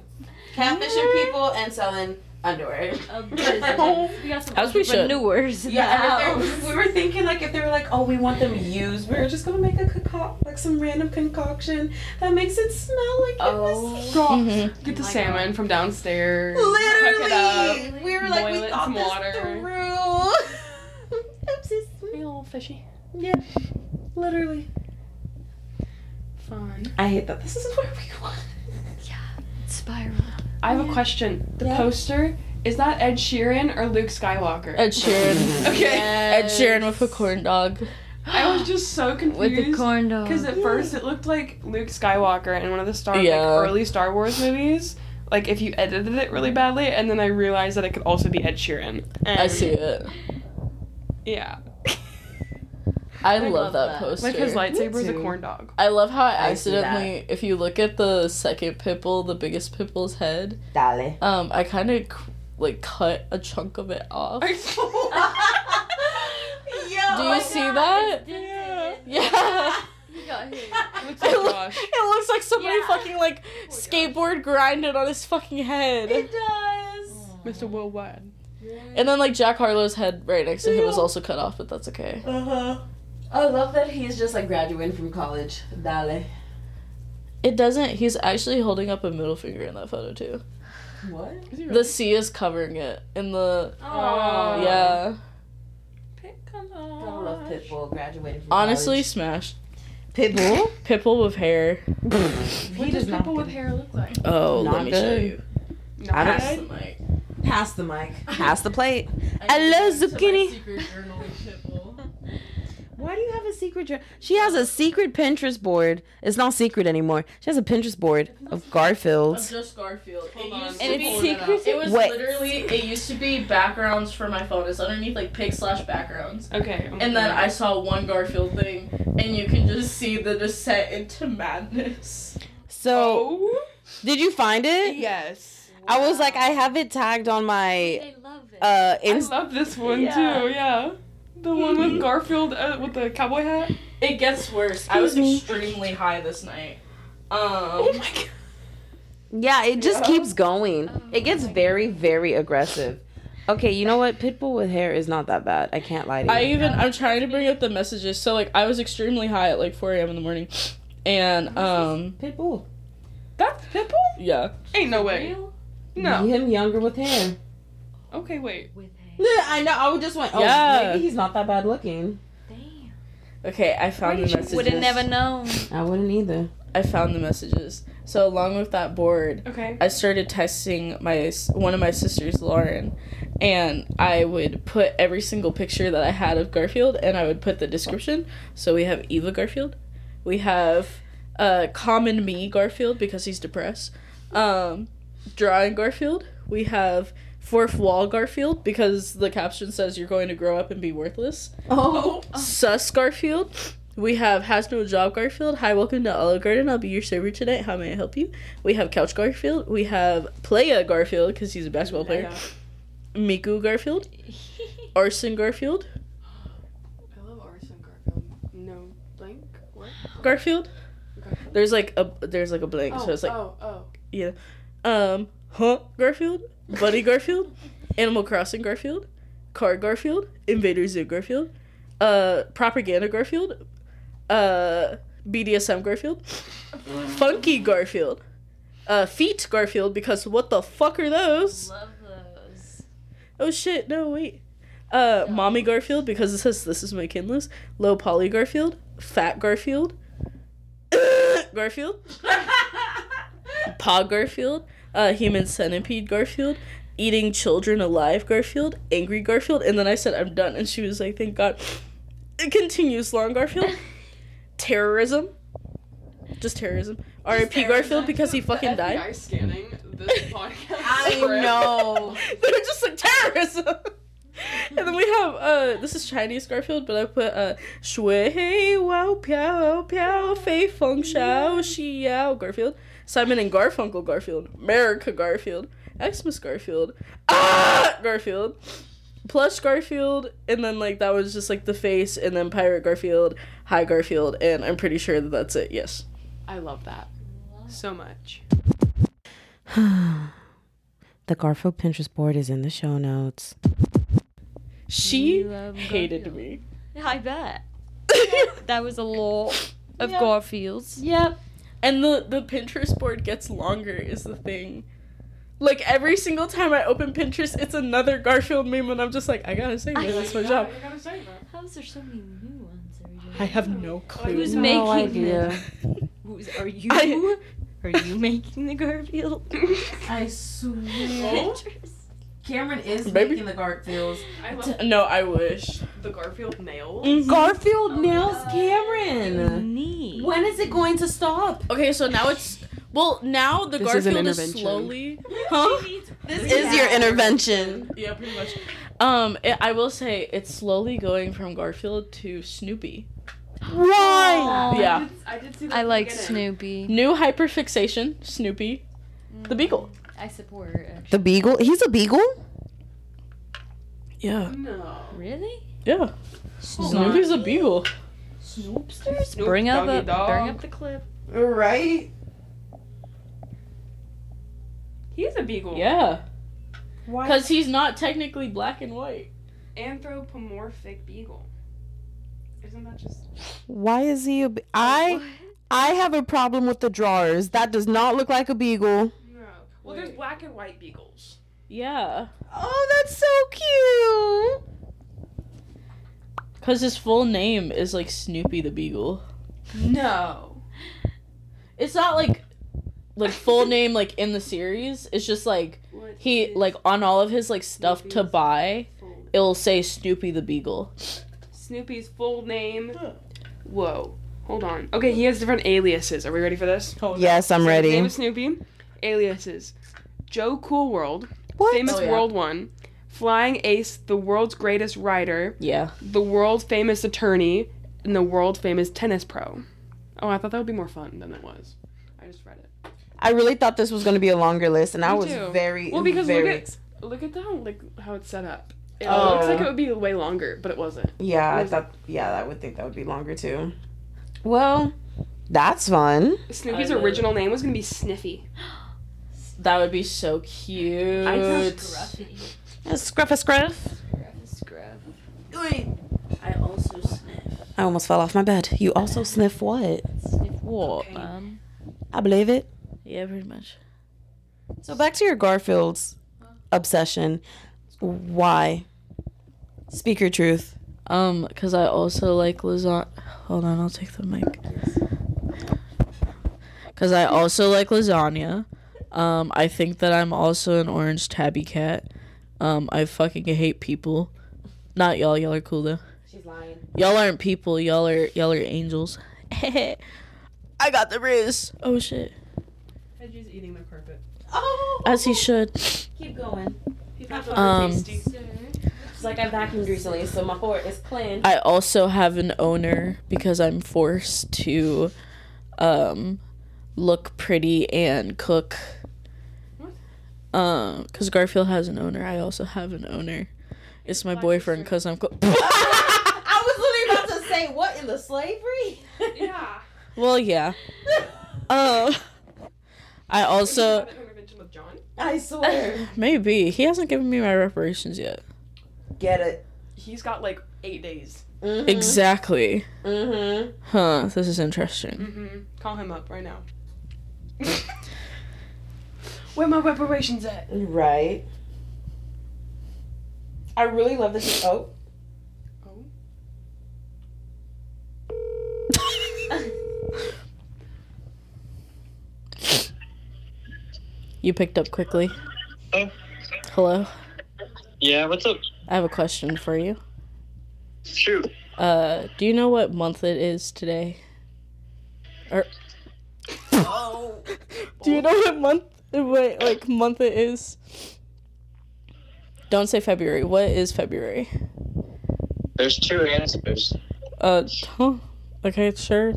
B: Catfishing people and selling underwear.
D: We got some
F: As we should.
D: entrepreneurs in the
B: Yeah, and
D: house.
B: if they- we were thinking like if they were like, oh, we want them used, we are just gonna make a concoct like some random concoction that makes it smell like it was.
E: Get the salmon from downstairs. Cook it up.
B: Literally, we were like,
E: Boil
B: we
E: it in
B: thought
E: some
B: this
E: water.
B: through. Oopsies.
E: Real fishy.
B: Yeah, literally.
E: Fun.
B: I hate that. This is where we want.
D: Spiral.
E: I have a question. The poster is that Ed Sheeran or Luke Skywalker?
F: Ed Sheeran.
E: okay.
F: Ed Sheeran with a corn dog.
E: I was just so
D: With
E: confused.
D: the corn dog.
E: Because at first it looked like Luke Skywalker in one of the Star
F: Yeah.
E: like, early Star Wars movies. Like if you edited it really badly, and then I realized that it could also be Ed Sheeran. And
F: I see it.
E: Yeah,
F: I, love,
D: love
F: that,
D: that.
F: poster.
E: like his lightsaber is a corn dog.
F: I love how I,
B: I see that.
F: accidentally, if you look at the second pipple, the biggest pipple's head,
B: Dale.
F: um, I kind of c- like cut a chunk of it off. Do
B: oh
F: you see that?
D: Yeah.
F: Yeah.
E: Looks
F: it,
E: like
F: loo-
E: Josh.
F: it looks like somebody
D: Yeah.
F: fucking like skateboard grinded on his fucking head.
E: Mr. Worldwide.
F: And then like Jack Harlow's head right next to him was also cut off, but that's okay.
B: Uh-huh. I love that he's just like graduating from college. Dale.
F: It doesn't. He's actually holding up a middle finger in that photo too.
B: What?
E: Is he
F: The sea is covering it, and the
B: Oh.
F: yeah.
B: I love Pitbull graduating from
F: Honestly,
B: college.
F: smash. Pitbull? Pitbull with hair.
E: What does people with hair look like?
F: Oh,
B: Not
F: let me show
B: good.
F: you.
E: I don't.
B: pass the mic.
H: Pass the plate.
F: I love zucchini.
H: Why do you have a secret journal? She has a secret Pinterest board. It's not secret anymore. She has a Pinterest board of Garfields.
F: Just Garfield. It used
H: And
F: to
H: it's
F: be-
H: secret-
F: It was
H: Wait.
F: literally. It used to be backgrounds for my phone. It's underneath like pick slash backgrounds.
E: Okay. I'm
F: And then I saw one Garfield thing, and you can just see the descent into madness.
H: So,
E: Oh.
H: did you find it?
E: Yes.
H: I was like, I have it tagged on my
D: They love it.
H: uh
E: I
H: Insta.
E: love this one too. Yeah. The one with Garfield uh, with the cowboy hat.
F: It gets worse. I was extremely high this night. Um,
E: my god.
B: Yeah, Oh it just keeps going. It gets very, very aggressive. Okay, you know what? Pitbull with hair is not that bad. I can't lie to you.
F: I even I'm trying to bring up the messages. So like I was extremely high at like 4 a.m. in the morning, and um
B: Pitbull.
E: That's Pitbull.
F: yeah.
E: Ain't no way. No.
B: Him younger with hair.
E: Okay, wait.
B: Yeah, I know. I just went, oh,
F: Yeah.
B: maybe he's not that bad looking.
F: Okay, I found the messages.
D: Would have never known.
B: I wouldn't either.
F: I found the messages. So along with that board,
E: Okay.
F: I started texting my one of my sisters, Lauren, and I would put every single picture that I had of Garfield, and I would put the description. So we have Eva Garfield, we have uh, Common Me Garfield because he's depressed, um, Drawing Garfield, we have Fourth Wall Garfield because the caption says you're going to grow up and be worthless.
B: Oh,
F: Sus Garfield. We have Has No Job Garfield. Hi, welcome to Olive Garden. I'll be your server tonight. How may I help you? We have Couch Garfield. We have Playa Garfield because he's a basketball player. Miku Garfield. Arson Garfield.
M: I love Arson Garfield.
E: No blank. What?
F: Garfield. There's like a there's like a blank, so it's like
M: oh, oh.
F: um Huh Garfield, Buddy Garfield, Animal Crossing Garfield, Car Garfield, Invader Zoo Garfield, uh Propaganda Garfield, uh BDSM Garfield, Funky Garfield, uh Feet Garfield because what the fuck are those?
D: Love those.
F: Oh shit, no wait. Uh Mommy Garfield because it says this is my kin list, Low Poly Garfield, Fat Garfield, Garfield, Paw Garfield, uh, Human Centipede Garfield, Eating Children Alive Garfield, Angry Garfield, and then I said I'm done, and she was like, "Thank God." It continues long Garfield, terrorism, just terrorism. R.I.P. Garfield because he fucking died.
M: FBI scanning this podcast.
B: I know.
F: They're just like terrorism. and then we have uh this is Chinese Garfield, but I put uh Shui Wow Piao Piao Fei Feng Xiao Xiao Garfield. Simon and Garfunkel Garfield. America Garfield. Xmas Garfield. Ah Garfield. Plush Garfield, and then like that was just like the face, and then Pirate Garfield, High Garfield, and I'm pretty sure that that's it. Yes.
E: I love that so much.
B: The Garfield Pinterest board is in the show notes.
F: She hated me.
D: I bet. that was a lot of Garfields.
F: Yep. And the the Pinterest board gets longer is the thing. Like every single time I open Pinterest, it's another Garfield meme, and I'm just like, I gotta save it. That's my job.
M: You're gonna say that.
D: How is there so many new ones every day?
F: Oh, I have no clue.
D: Who's making them? Who's, are you?
F: I-
D: are you making the Garfield?
N: I swear.
D: Pinterest?
N: Cameron is
F: Baby.
N: making the Garfields.
M: Oh, I love
F: No, I wish.
M: the Garfield nail.
B: Garfield nails Cameron.
D: Neat.
B: When is it going to stop?
F: Okay, so now it's well now the
E: This is an
F: Garfield is,
E: intervention.
F: slowly. Huh?
B: This is your intervention.
F: yeah, pretty much. Um, it, I will say it's slowly going from Garfield to Snoopy.
B: Why?
M: I
F: Yeah,
M: did, I did see that.
D: I
M: at the
D: like
M: beginning.
D: Snoopy.
F: new hyperfixation Snoopy, the beagle.
D: I support. Actually.
B: The beagle? He's a beagle?
F: Yeah,
M: No.
D: Really?
F: yeah. Snoopy's a beagle.
E: Snoop
D: bring up
E: Doggy
D: a,
E: Dog.
D: bring up the clip.
N: Right?
E: He's a beagle.
F: Yeah,
N: Why?
F: because he's not technically black and white.
E: Anthropomorphic beagle.
M: Isn't that just?
B: Why is he a be- I I have a problem with the drawers. That does not look like a beagle.
M: No. Well, there's black and white beagles.
F: Yeah,
B: Oh, that's so cute.
F: because his full name is like Snoopy the Beagle.
M: No.
F: It's not like like full name like in the series. It's just like
E: What
F: he like on all of his like stuff to
E: Snoopy's
F: buy,
E: full-
F: it'll say Snoopy the Beagle.
E: Snoopy's full name. Whoa. Hold on. Okay, he has different aliases. Are we ready for this?
B: Yes, I'm
E: His name
B: ready.
E: is Snoopy. Aliases: Joe Cool World, famous
F: Oh, yeah.
E: World One, Flying Ace, the world's greatest rider,
F: Yeah.
E: the world famous attorney, and the world famous tennis pro. Oh, I thought that would be more fun than it was. I just read it.
B: I really thought this was going to be a longer list and I
E: Me
B: was
E: too.
B: very
E: Well, because
B: very
E: look at look at how like how it's set up. It
F: Oh.
E: looks like it would be way longer, but it wasn't.
H: Yeah, I thought. Yeah, I would think that would be longer too. Well, that's fun.
E: Snoopy's
F: I know.
E: original name was gonna be Sniffy.
F: That would be so cute.
D: I know Scruffy.
H: Scruff a scruff.
D: Scruff is Scruff.
G: I also sniff.
H: I almost fell off my bed. You also sniff what?
D: Sniff what, man?
H: I believe it.
F: Yeah, pretty much.
H: So back to your Garfield's obsession. Why? Speak your truth.
F: Um, cause I also like lasagna. Hold on, I'll take the mic. Cause I also like lasagna. Um, I think that I'm also an orange tabby cat. Um, I fucking hate people. Not y'all. Y'all are cool though.
B: She's lying.
F: Y'all aren't people. Y'all are y'all are angels. I got the bruise. Oh shit.
J: Hedgie's eating the carpet.
B: Oh,
F: As he should.
B: keep going. Keep going.
F: Um,
B: It's like I vacuumed recently, so my floor is clean.
F: I also have an owner because I'm forced to um look pretty and cook. Um, cuz Garfield has an owner. I also have an owner. It's my boyfriend cuz I'm co-
B: I was literally about to say, what in the slavery?
J: Yeah.
F: Well, yeah. Um I also
J: Intervention with John.
B: I swear.
F: maybe he hasn't given me my reparations yet.
B: Get it.
J: He's got like eight days.
F: Exactly.
B: Mm-hmm.
F: Huh, this is interesting.
J: Mm-hmm. Call him up right now. Where my reparations at?
B: Right. I really love this. Oh.
F: You picked up quickly. Hello.
O: Yeah, what's up?
F: I have a question for you.
O: Shoot.
F: Uh, do you know what month it is today? Or do you know what month? What like month it is? Don't say February. What is February?
O: There's two answers.
F: Uh, huh? Okay, sure.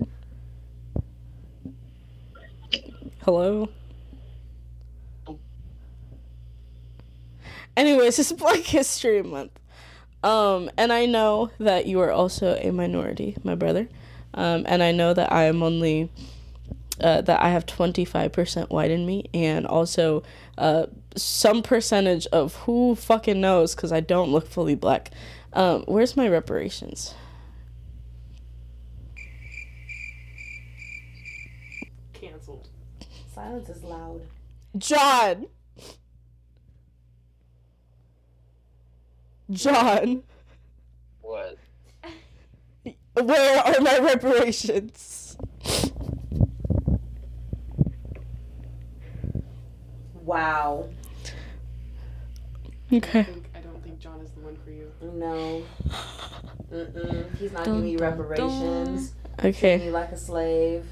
F: Hello. Anyways, it's Black History Month. Um, and I know that you are also a minority, my brother. Um, and I know that I am only, uh, that I have 25% white in me, and also uh, some percentage of who fucking knows, because I don't look fully black. Um, where's my reparations?
J: Cancelled.
B: Silence is loud.
F: John. John,
O: What?
F: where are my reparations?
B: Wow.
F: Okay.
J: I, think, I don't think John is the one for you.
B: No. Mm-mm. He's not giving you reparations. Treating
F: Okay.
B: you like a slave.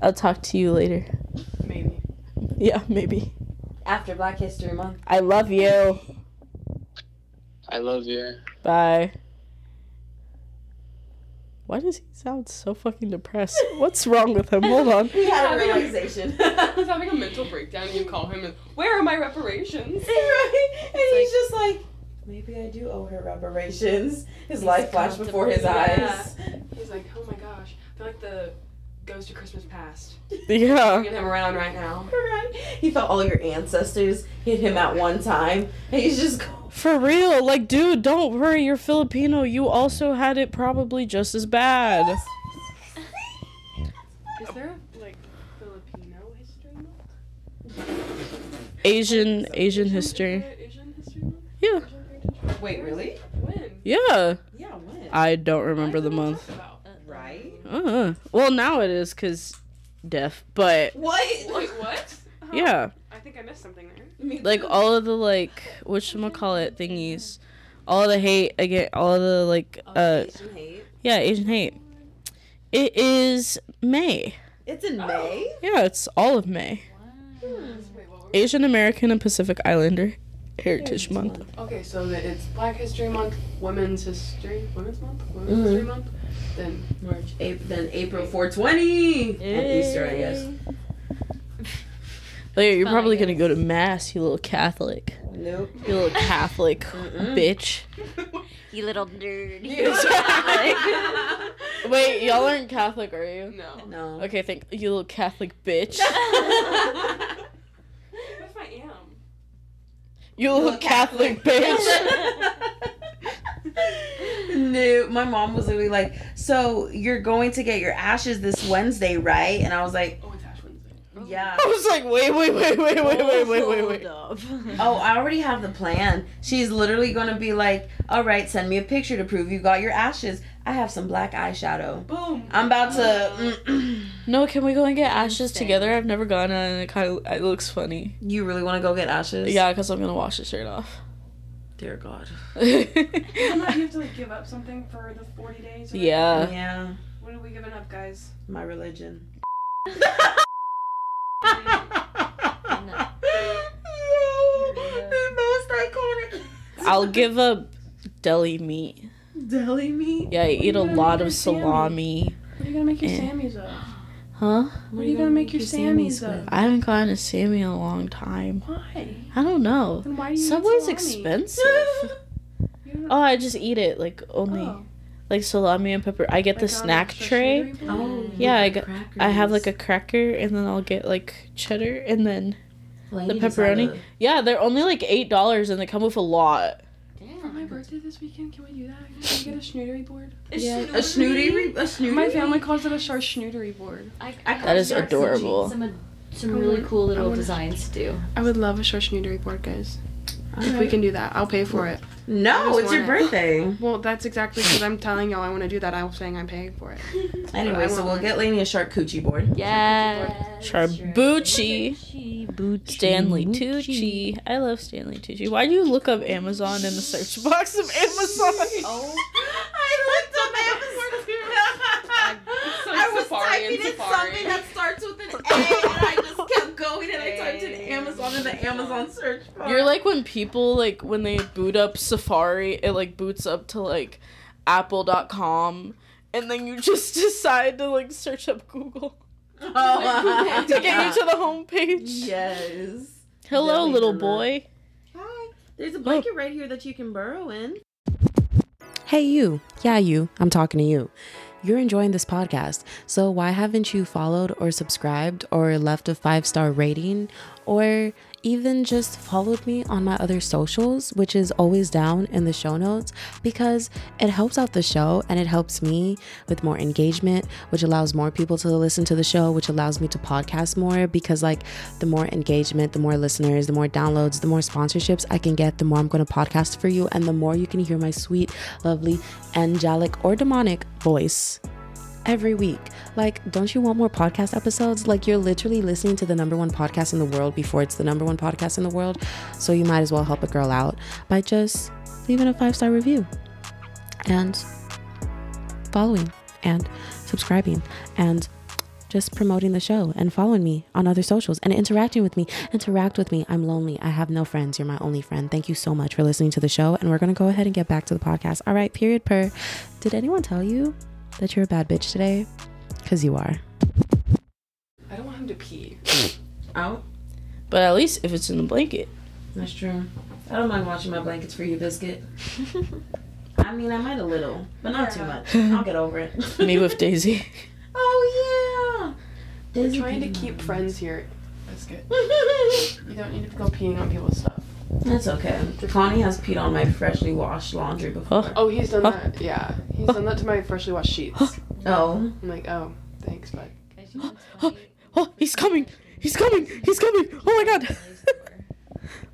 F: I'll talk to you later.
J: Maybe.
F: Yeah, maybe.
B: After Black History Month.
F: I love you.
O: I love you.
F: Bye. Why does he sound so fucking depressed? What's wrong with him? Hold on.
B: He had a realization.
J: He's having a mental breakdown. You call him and where are my reparations?
B: right? And he's just like, maybe I do owe her reparations. His life flashed before his eyes.
J: He's like, oh my gosh, I feel like the ghost of Christmas past.
F: Yeah.
J: Get him around right now.
B: Right? He felt all your ancestors hit him at one time. And he's just going,
F: For real. Like, dude, don't worry. You're Filipino. You also had it probably just as bad.
J: Is there like Filipino history month?
F: Asian, Asian history.
J: Asian history month?
F: Yeah.
J: Asian heritage month?
B: wait, really?
J: When?
F: Yeah.
B: Yeah, when?
F: I don't remember the
J: What are we
F: month.
J: talking about?
B: right?
F: Uh, well, now it is because deaf, but
B: What?
J: Wait, what?
B: Uh-huh.
F: yeah,
J: I think I missed something there.
F: like all of the like what call it thingies, all the hate again, all the like
B: Oh,
F: uh
B: Asian hate.
F: yeah Asian hate. It is May.
B: It's in May. Hmm.
F: Yeah, it's all of May. Asian American and Pacific Islander Heritage Month.
J: Okay, so that it's Black History Month, Women's History, Women's Month, Women's
F: Mm-hmm.
J: History Month, then
B: March, April, then April 420. And Easter, I guess.
F: Like, you're
D: Fine, I
F: probably gonna
D: guess.
F: go to mass, you little Catholic.
B: Nope.
F: You little Catholic bitch.
D: You little nerd.
F: Wait, y'all aren't Catholic, are you?
J: No.
B: No.
F: Okay, think you little Catholic bitch.
J: What if I am?
F: You little Catholic bitch.
B: no, my mom was literally like, "So you're going to get your ashes this Wednesday, right?" And I was like,
J: Oh, it's Ash Wednesday.
B: "Yeah."
F: I was like, wait, wait, wait, wait, wait, wait, wait, wait, wait.
B: Oh, I already have the plan. She's literally gonna be like, "All right, send me a picture to prove you got your ashes. I have some black eyeshadow.
J: Boom.
B: I'm about to."
F: No, can we go and get ashes together? I've never gone, and it kind of it looks funny.
B: you really want to go get ashes?
F: Yeah, because I'm gonna wash the shirt off.
B: Dear God.
J: Doesn't that you have to like give up something for the 40 days? or
F: yeah.
B: yeah,
J: whatever? What are we giving up, guys?
B: my religion. No, the most iconic
F: I'll give up deli meat.
B: deli meat.
F: Yeah, I eat a lot of salami.
J: What are you gonna make your
F: Eh.
J: Sammys of?
F: Huh?
J: What are you gonna Oh make your Sammys of?
F: I haven't gotten a Sammy in a long time.
J: Why?
F: I don't know.
J: Then why do you eat
F: Subway's
J: salami?
F: expensive.
J: You don't-
F: Oh, I just eat it like only
J: Oh.
F: like salami and pepper. I get the
J: Like on
F: snack
J: charcuterie
F: tray.
J: board?
B: Oh,
F: Yeah, I got. I have like a cracker and then I'll get like cheddar and then the pepperoni. Yeah, they're only like eight dollars and they come with a lot.
J: For my birthday this weekend, can we do that? Can we get a schnootery board?
B: A snooty, re- a snooty.
J: My family calls it a char schnootery board.
F: That is adorable.
D: Some, ad- some really cool
J: I
D: little
J: wanna-
D: designs to do.
J: I would love a char schnootery board, guys. If we can do that, I'll pay for it.
B: No,
J: I
B: it's
J: just
B: your
J: want it.
B: birthday.
J: Well, that's exactly because I'm telling y'all I want to do that. I'm saying I'm paying for it.
B: Anyway,
J: I
B: so
J: want
B: we'll
J: one.
B: get Lainey a shark coochie board.
D: Yeah.
F: Charbucci. Stanley Tucci. I love Stanley Tucci. Why do you look up Amazon in the search box of Amazon?
D: Oh,
B: I looked up Amazon. I was typing in something that starts with an A, and I just kept going, and I typed in Amazon in the Amazon search bar.
F: You're like when people like when they boot up Safari, it like boots up to like apple.com and then you just decide to like search up Google
B: oh,
F: to get you to the homepage.
B: yes.
F: Hello
B: Definitely
F: little
B: done that.
F: boy.
B: Hi. There's a blanket right here that you can burrow in.
H: Hey, you. Yeah, you. I'm talking to you. You're enjoying this podcast, so why haven't you followed or subscribed or left a five star rating or even just followed me on my other socials, which is always down in the show notes, because it helps out the show and it helps me with more engagement, which allows more people to listen to the show, which allows me to podcast more. Because, like, the more engagement, the more listeners, the more downloads, the more sponsorships I can get, the more I'm going to podcast for you, and the more you can hear my sweet, lovely, angelic or demonic voice every week. Like, don't you want more podcast episodes? Like, you're literally listening to the number one podcast in the world before it's the number one podcast in the world. So, you might as well help a girl out by just leaving a five star review and following and subscribing and just promoting the show and following me on other socials and interacting with me. Interact with me. I'm lonely. I have no friends. You're my only friend. Thank you so much for listening to the show. And we're going to go ahead and get back to the podcast. All right, period per. Did anyone tell you that you're a bad bitch today? Because you are.
J: I don't want him to pee.
B: Out.
F: But at least if it's in the blanket.
B: That's true. I don't mind watching my blankets for you, Biscuit. I mean, I might a little, but not too much. I'll get over it.
F: Me with Daisy.
B: Oh yeah.
J: We're trying to keep friends here. That's good. You don't need to go peeing on people's stuff.
B: That's okay. Connie has peed on my freshly washed laundry before.
J: Oh, he's done that. Yeah, he's done that to my freshly washed sheets.
B: Oh.
J: I'm like, oh, thanks, bud.
F: Oh, he's coming. He's coming. He's coming. Oh my god.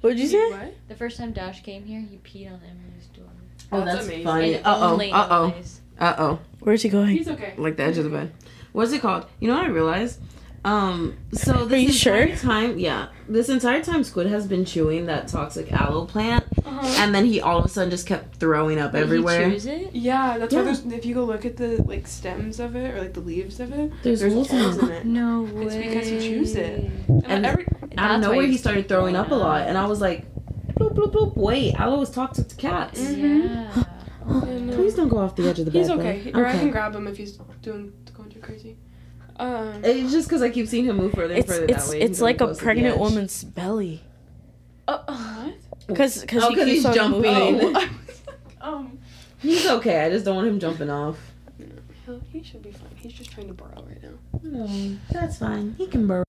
F: what did you say?
J: What?
D: the first time Dash came here, he peed on Emily's door.
B: Oh,
J: That's
B: that's,
J: amazing.
B: funny. Uh
D: And only
B: oh. Uh oh.
D: Emily's.
B: Uh oh.
F: Where's he going?
J: He's okay.
B: Like the edge of the bed. What's it called? You know what I realized? Um. So this
F: Are you sure?
B: entire time, yeah, this entire time, Squid has been chewing that toxic aloe plant, and then he all of a sudden just kept throwing up everywhere.
D: Uh-huh. He chews it.
J: Yeah, that's
B: Yeah.
J: why there's, if you go look at the like stems of it or like the leaves of it,
B: There's,
J: there's
B: holes in
J: holes
B: it.
J: in it.
D: No way.
J: It's because he chews it.
B: And-
J: And every,
B: Out of
D: That's why
B: nowhere,
D: you
B: he started throwing up a lot, and I was like, bloop bloop bloop. Wait, aloe is toxic to cats.
D: Yeah.
J: Yeah, no.
H: Please don't go off the edge of the bed.
J: Mm. He's okay.
H: babe.
J: Or I can grab him if he's doing going too crazy.
E: Um,
B: It's just because I keep seeing him move further and
F: It's
B: further
F: it's
B: that way.
F: it's
B: until he
F: like a
B: goes to the
F: pregnant
B: edge.
F: woman's belly.
J: uh,
E: what?
F: Because because
B: Oh,
F: he
B: 'cause
F: keeps
B: he's
F: on
B: jumping.
J: Oh,
F: moving.
E: Um,
B: He's okay. I just don't want him jumping off.
J: He'll- He should be fine. He's just trying to borrow right now.
B: Mm, that's fine. He can burrow.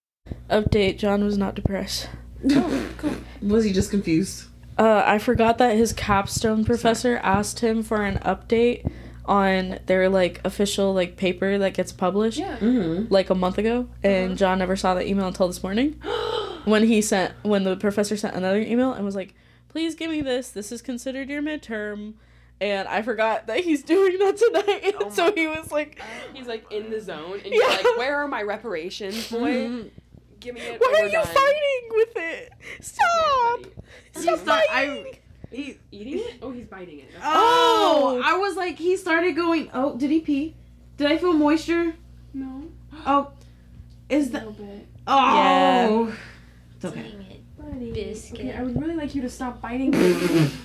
F: Update: John was not depressed.
B: Was he just confused?
F: Uh, I forgot that his capstone professor asked him for an update on their like official like paper that gets published
J: Yeah.
B: Mm-hmm.
F: like a month ago,
B: Uh-huh.
F: and John never saw the email until this morning, when he sent when the professor sent another email and was like, "Please give me this. This is considered your midterm." And I forgot that he's doing that tonight,
B: Oh
F: so he was like,
E: he's like in the zone, and you're
F: Yeah.
E: like, "Where are my reparations, boy?
F: "Mm-hmm."
E: Give me it."
F: "Why
E: or
F: are
E: we're
F: you
E: done."
F: fighting with it? Stop! Stop fighting!"
E: He's eating it. Oh, he's biting it.
B: Oh, I was like, he started going. Oh, did he pee? Did I feel moisture?
J: No.
B: Oh, is
J: A
B: the
J: little bit.
B: oh? It's okay.
J: Buddy.
D: Biscuit.
J: Okay, I would really like you to stop biting me.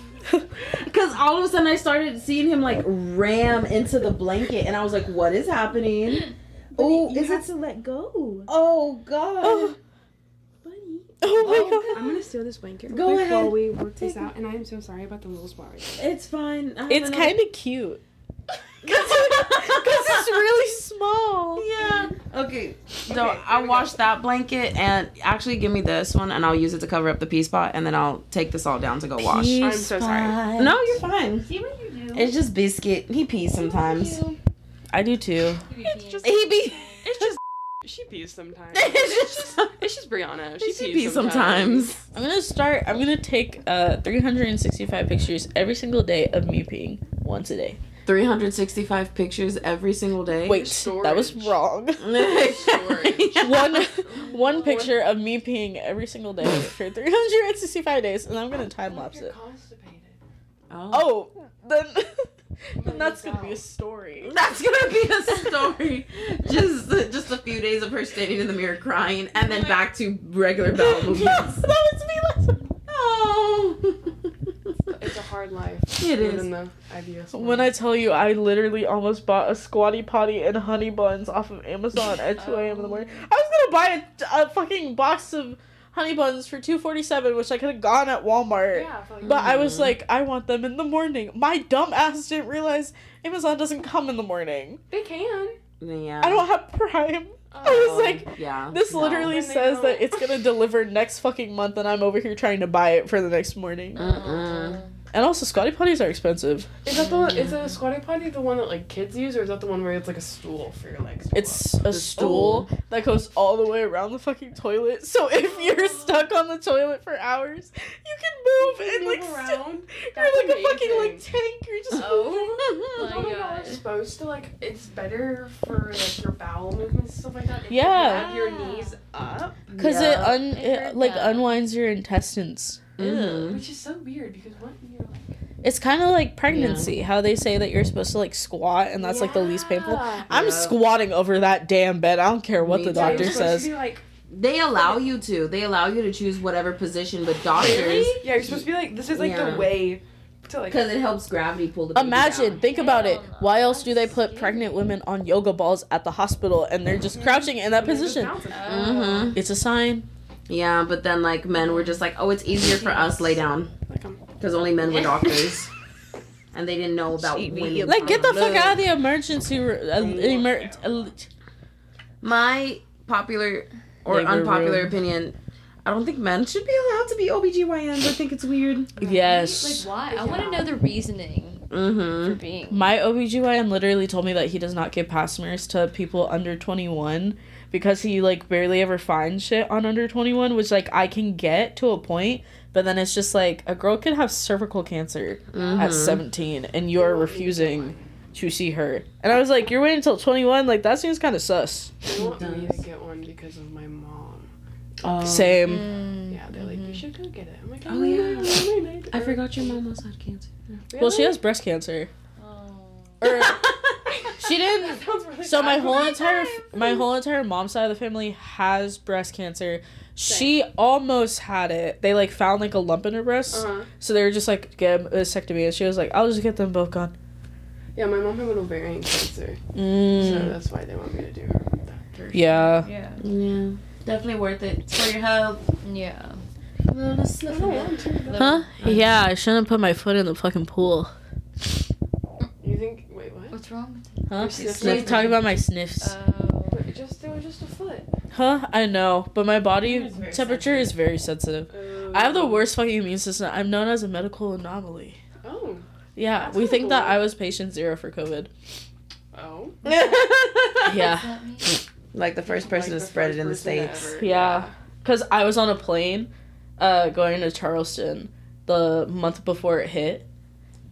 B: Because all of a sudden I started seeing him like ram into the blanket, and I was like, "What is happening?" Oh, is it?
J: to let go.
B: Oh God!
J: Buddy.
F: Oh my god!
J: I'm gonna steal this blanket
B: Go
J: real quick while
B: ahead.
J: we work this
B: Take it.
J: out, and I am so sorry about the little spot right there.
B: It's fine. I have
F: It's
B: another-
F: kind of cute. Because it's really small.
B: Yeah. Okay. So I'll wash that blanket and actually give me this one and I'll use it to cover up the pea spot and then I'll take this all down to go wash.
E: I'm so sorry.
B: No, you're fine.
D: See what you do.
B: It's just biscuit. He pees sometimes.
F: I do too.
E: It's just.
B: He be.
E: It's just. She pees sometimes.
B: It's just.
E: It's just Brianna.
B: He
E: She, pees,
B: pees sometimes.
F: I'm gonna start. I'm gonna take uh 365 pictures every single day of me peeing once a day.
B: 365 pictures every single day.
F: Wait, that was wrong. one one picture of me peeing every single day for 365 days, and I'm gonna time lapse it.
J: Constipated.
B: Oh.
F: Oh, then then that's gonna be a story.
B: That's gonna be a story. just just a few days of her standing in the mirror crying, and then back to regular bowel
F: yes,
B: movements.
F: that was me last.
B: Oh,
J: It's a hard life.
B: it
J: Even
B: is.
J: the IBS.
F: When I tell you, I literally almost bought a squatty potty and honey buns off of Amazon at 2 a.m. in the morning.
J: Oh.
F: I was gonna buy a, a fucking box of honey buns for 2.47, which I could have gone at Walmart.
J: Yeah, for like
F: But I was like, I want them in the morning. My dumb ass didn't realize Amazon doesn't come in the morning.
J: they can.
B: Yeah.
F: I don't have Prime. I was like,
B: yeah.
F: this
B: no.
F: literally
J: Oh. Then they
F: says that
J: don't.
F: it's gonna deliver next fucking month, and I'm over here trying to buy it for the next morning.
J: Uh-uh.
B: Mm-mm.
F: And also, squatty potties are expensive.
J: Is that the one, is a squatty potty the one that like kids use, or is that the one where it's like a stool for your legs? to walk?
F: It's a stool that goes all the way around the fucking toilet. So if you're stuck on the toilet for hours, you
J: You
F: can move and
J: move
F: like
J: around.
F: sit. You're
J: That's
F: like a fucking
J: amazing.
F: like tank. You're just
D: Oh my
J: Oh my
F: uh,
J: God,
D: god.
J: it's supposed to like it's better for like your bowel movements and stuff like that. If
F: Yeah.
J: you have your knees up,
F: because
B: Yeah.
F: it uh, un
D: I
F: it,
D: heard
F: like
D: that.
F: unwinds your intestines.
B: Mhm.
J: which is so weird because what you're like
F: It's kind of like pregnancy, how they say that you're supposed to like squat, and that's like the least painful.
J: Yeah.
F: I'm
B: Yeah.
F: squatting over that damn bed. I don't care what
B: Me
F: the
B: too.
J: Yeah, you're
F: doctor
J: supposed to
F: says.
J: be like
B: They allow you to. They allow you to choose whatever position, but doctors
J: yeah, you're supposed to be like this is like
B: Yeah.
J: the way to like
B: because it helps gravity pull the. baby
F: Imagine,
B: down.
F: think about it.
D: Hell no.
F: Why else do they
D: That's
F: put
D: scary.
F: pregnant women on yoga balls at the hospital and they're just crouching in
J: and
F: that
J: they're just
F: position?
J: bouncing.
B: Mhm.
F: It's a sign.
B: Yeah, but then like men were just like, oh, it's easier for us lay down
J: Like, um,
B: because only men were doctors, and they didn't know about women.
F: Like, get the fuck out of the emergency room. Uh, emer- uh,
B: My popular or
F: Labor
B: unpopular
F: room.
B: opinion. I don't think men should be allowed to be OBGYNs. I think it's weird.
F: yes.
D: Why? I want to know the reasoning for
B: Mm-hmm.
D: being.
F: My OBGYN literally told me that he does not give pap smears to people under 21 because he, like, barely ever finds shit on under 21, which, like, I can get to a point, but then it's just like a girl could have cervical cancer at 17 and you're refusing to see her. And I was like, you're waiting until 21? Like, that seems kind of sus.
J: they want me to get one because of my mom.
D: Mm.
F: Same.
J: Yeah, they're like
F: Mm-hmm.
J: you should go get it. I'm like
B: Oh, yeah.
J: yeah,
B: I forgot your mom also had cancer.
F: Well, she has breast cancer.
D: Oh.
F: Or she didn't. So my whole entire my whole entire mom side of the family has breast cancer. She almost had it. They like found like a lump in her breast,
J: Uh-huh.
F: so they were just like get a vasectomy, and she was like, "I'll just get them both gone." Mm.
J: Yeah, my mom had an ovarian cancer, so that's why they want me to do her.
D: person.
F: Yeah.
D: Yeah.
B: Yeah. Definitely worth it. It's for your health.
D: Yeah.
F: Huh? Yeah, I shouldn't have put my foot in the fucking pool.
E: You think? Wait, what?
D: What's wrong with
F: Huh?
E: sniffs.
F: Let's talk about my sniffs.
D: Oh.
E: But it just there was just a foot.
F: Huh? I know, but my body temperature is very sensitive.
E: Oh.
F: I have the worst fucking immune system. I'm known as a medical anomaly.
E: Oh.
F: Yeah,
E: That's
F: we think that
E: cool.
F: I was patient zero for COVID.
E: Oh.
F: Yeah.
D: Let me-
B: Like the first person
E: Like
B: to
E: the
B: spread
E: first
B: it in the
E: person
B: States.
E: ever.
F: Yeah. Because I was on a plane uh, going to Charleston the month before it hit.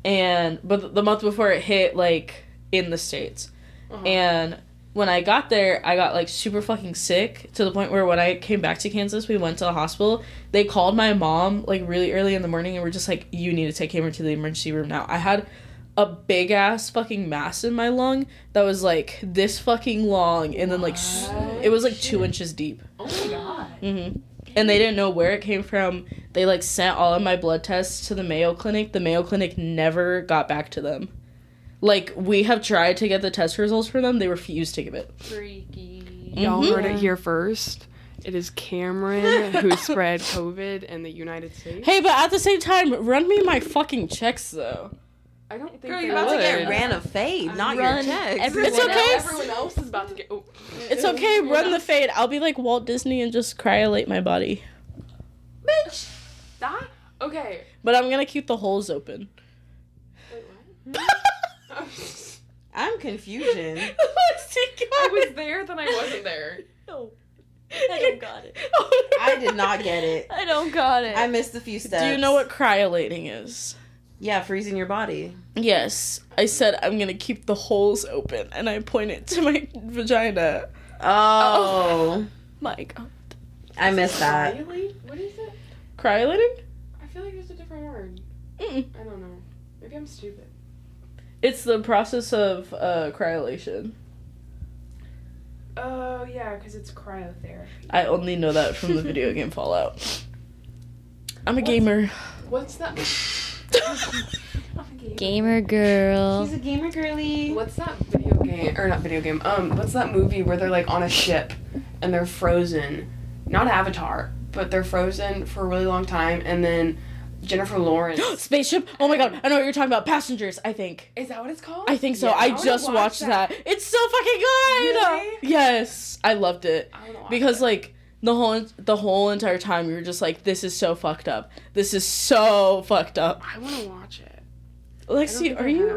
F: And, but the month before it hit, like, in the States.
E: Uh-huh.
F: And when I got there, I got, like, super fucking sick to the point where when I came back to Kansas, we went to the hospital. They called my mom, like, really early in the morning and were just like, you need to take Cameron to the emergency room now. I had a big ass fucking mass in my lung that was, like, this fucking long and then, like, s- it was, like, two inches deep.
E: Oh my god.
F: hmm And they didn't know where it came from. They like sent all of my blood tests to the Mayo Clinic. The Mayo Clinic never got back to them. Like we have tried to get the test results for them, they refuse to give it.
D: Freaky.
E: Y'all
F: Mhm.
E: heard it here first. It is Cameron who spread COVID in the United States.
F: Hey, but at the same time, run me my fucking checks though.
E: I don't think
B: Girl,
E: they
B: you're about to
E: would.
B: get ran of fade, not your
D: Run
B: checks.
D: everyone
F: It's okay.
D: else.
E: Everyone else is about to get. Oh.
F: It's okay, run the fade. I'll be like Walt Disney and just cryolate my body.
E: That? Okay.
F: But I'm gonna keep the holes open.
E: Wait, what? I was
B: I'm confusion.
E: there, then I wasn't there. Oh,
D: I don't got it.
B: I did not get it.
D: I don't got it.
B: I missed a few steps.
F: Do you know what cryolating is?
B: Yeah, freezing your body.
F: Yes, I said I'm gonna keep the holes open, and I pointed to my vagina.
B: Oh,
F: My God,
B: I missed that.
E: Really? What is it?
F: cryolating?
E: I feel like there's a different word.
F: Mm-mm.
E: I don't know. Maybe I'm stupid.
F: It's the process of uh, cryolation.
E: Oh yeah, because it's cryotherapy.
F: I only know that from the video game Fallout. I'm a gamer.
E: What's that?
D: Gamer girl.
B: She's a gamer girly.
E: What's that video game? Or not video game. Um, what's that movie where they're like on a ship and they're frozen? Not Avatar, but they're frozen for a really long time, and then Jennifer Lawrence.
F: Spaceship? Oh my God, I know what you're talking about. Passengers, I think.
E: Is that what it's called?
F: I think so.
E: Yeah,
F: I
E: wanna
F: just
E: watch
F: watched that. It's so fucking good.
E: Really?
F: Yes, I loved it.
E: I wanna watch
F: because
E: it.
F: like the whole the whole entire time you were just like this is so fucked up this is so fucked up
E: I want to watch it. I don't
F: lexi
E: think
F: are
E: I
F: you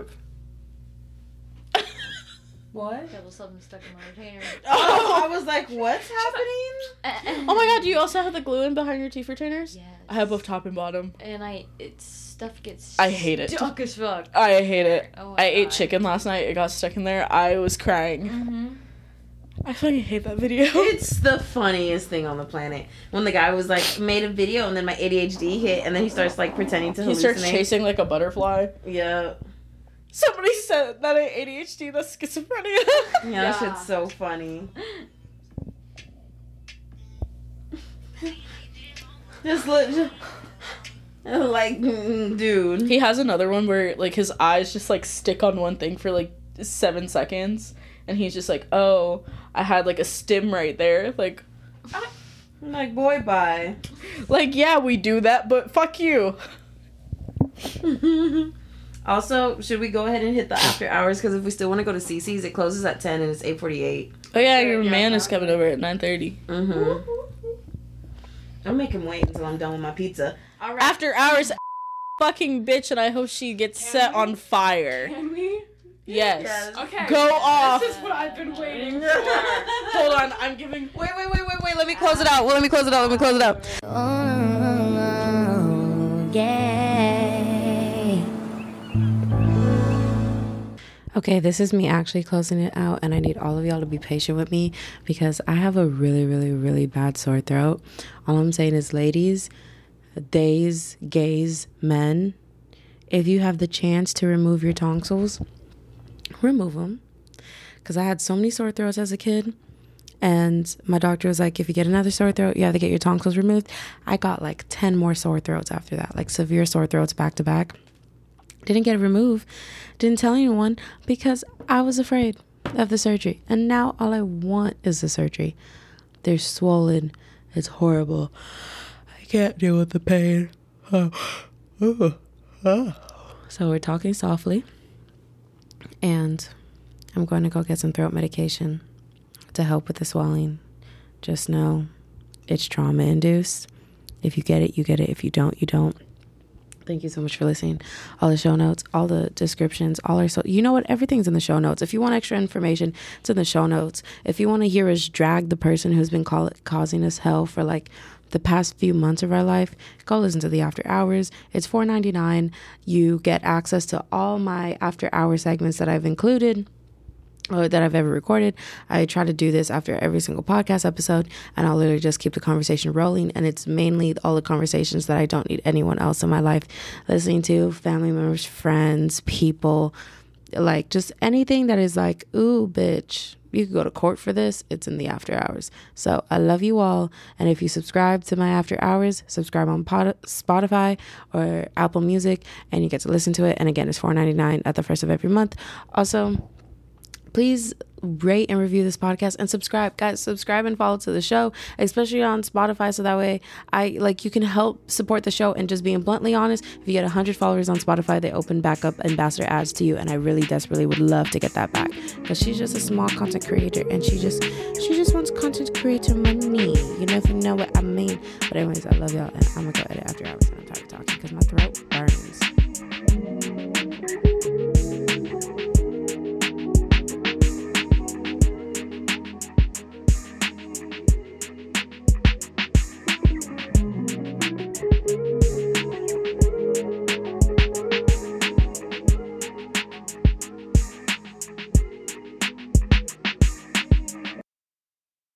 E: have.
B: What?
D: Double something stuck in my retainer.
B: Oh,
F: oh,
B: I was like, what's happening?
F: oh my god do you also have the glue in behind your teeth retainers
D: Yes.
F: i have both top and bottom
D: And I, it's stuff gets.
F: I hate it.
D: Stuck as fuck.
F: i hate it
D: Oh my
F: i ate
D: God.
F: chicken last night it got stuck in there i was crying
D: Mhm.
F: i fucking hate that video
B: It's the funniest thing on the planet. When the guy was like, made a video and then my ADHD hit and then he starts like pretending to
F: he
B: hallucinate.
F: starts chasing like a butterfly
B: Yeah.
F: somebody said that i adhd that's schizophrenia
B: yeah. that shit's so funny. just look. Just, like, mm, dude.
F: He has another one where like his eyes just like stick on one thing for like seven seconds, and he's just like, "Oh, I had like a stim right there." Like,
B: I'm like, boy, bye.
F: like yeah, we do that, but fuck you.
B: also, should we go ahead and hit the after hours? Because if we still want to go to CC's, it closes at 10 and it's 848.
F: Oh yeah, your man is coming over at nine thirty.
B: Mm-hmm. I'll make him wait until I'm done with my pizza. All right.
F: After hours, fucking bitch, and I hope she gets set on fire.
E: Can we?
F: Yes.
E: Okay.
F: Go off.
E: This is what I've been waiting for.
F: Hold on, I'm giving.
B: Wait, wait, wait, wait, wait. Let me close it out. Let me close it out. Let me close it out. Okay, this is me actually closing it out, and I need all of y'all to be patient with me because I have a really, really, really bad sore throat. All I'm saying is, ladies, days, gays, men, if you have the chance to remove your tonsils, remove them. Because I had so many sore throats as a kid, and my doctor was like, if you get another sore throat, you have to get your tonsils removed. I got like 10 more sore throats after that, like severe sore throats back to back didn't get removed didn't tell anyone because i was afraid
P: of the surgery. And now all I want is the surgery. They're swollen. It's horrible. I can't deal with the pain. Oh. Oh. Oh. So we're talking softly. And I'm going to go get some throat medication to help with the swelling. Just know it's trauma induced. If you get it, you get it. If you don't, you don't. Thank you so much for listening. All the show notes, all the descriptions, all our so you know what everything's in the show notes. If you want extra information, it's in the show notes. If you want to hear us drag the person who's been call- causing us hell for like the past few months of our life, go listen to the after hours. It's four ninety nine. You get access to all my after hour segments that I've included or that I've ever recorded. I try to do this after every single podcast episode, and I'll literally just keep the conversation rolling. And it's mainly all the conversations that I don't need anyone else in my life listening to family members, friends, people like just anything that is like, ooh, bitch, you could go to court for this. It's in the after hours. So I love you all. And if you subscribe to my after hours, subscribe on Pod- Spotify or Apple Music, and you get to listen to it. And again, it's four ninety nine at the first of every month. Also, please rate and review this podcast and subscribe guys subscribe and follow to the show especially on spotify so that way i like you can help support the show and just being bluntly honest if you get 100 followers on spotify they open back up ambassador ads to you and i really desperately would love to get that back because she's just a small content creator and she just she just wants content creator money you know if you know what i mean but anyways i love y'all and i'm gonna go edit after hours and i'm tired of talking because my throat burns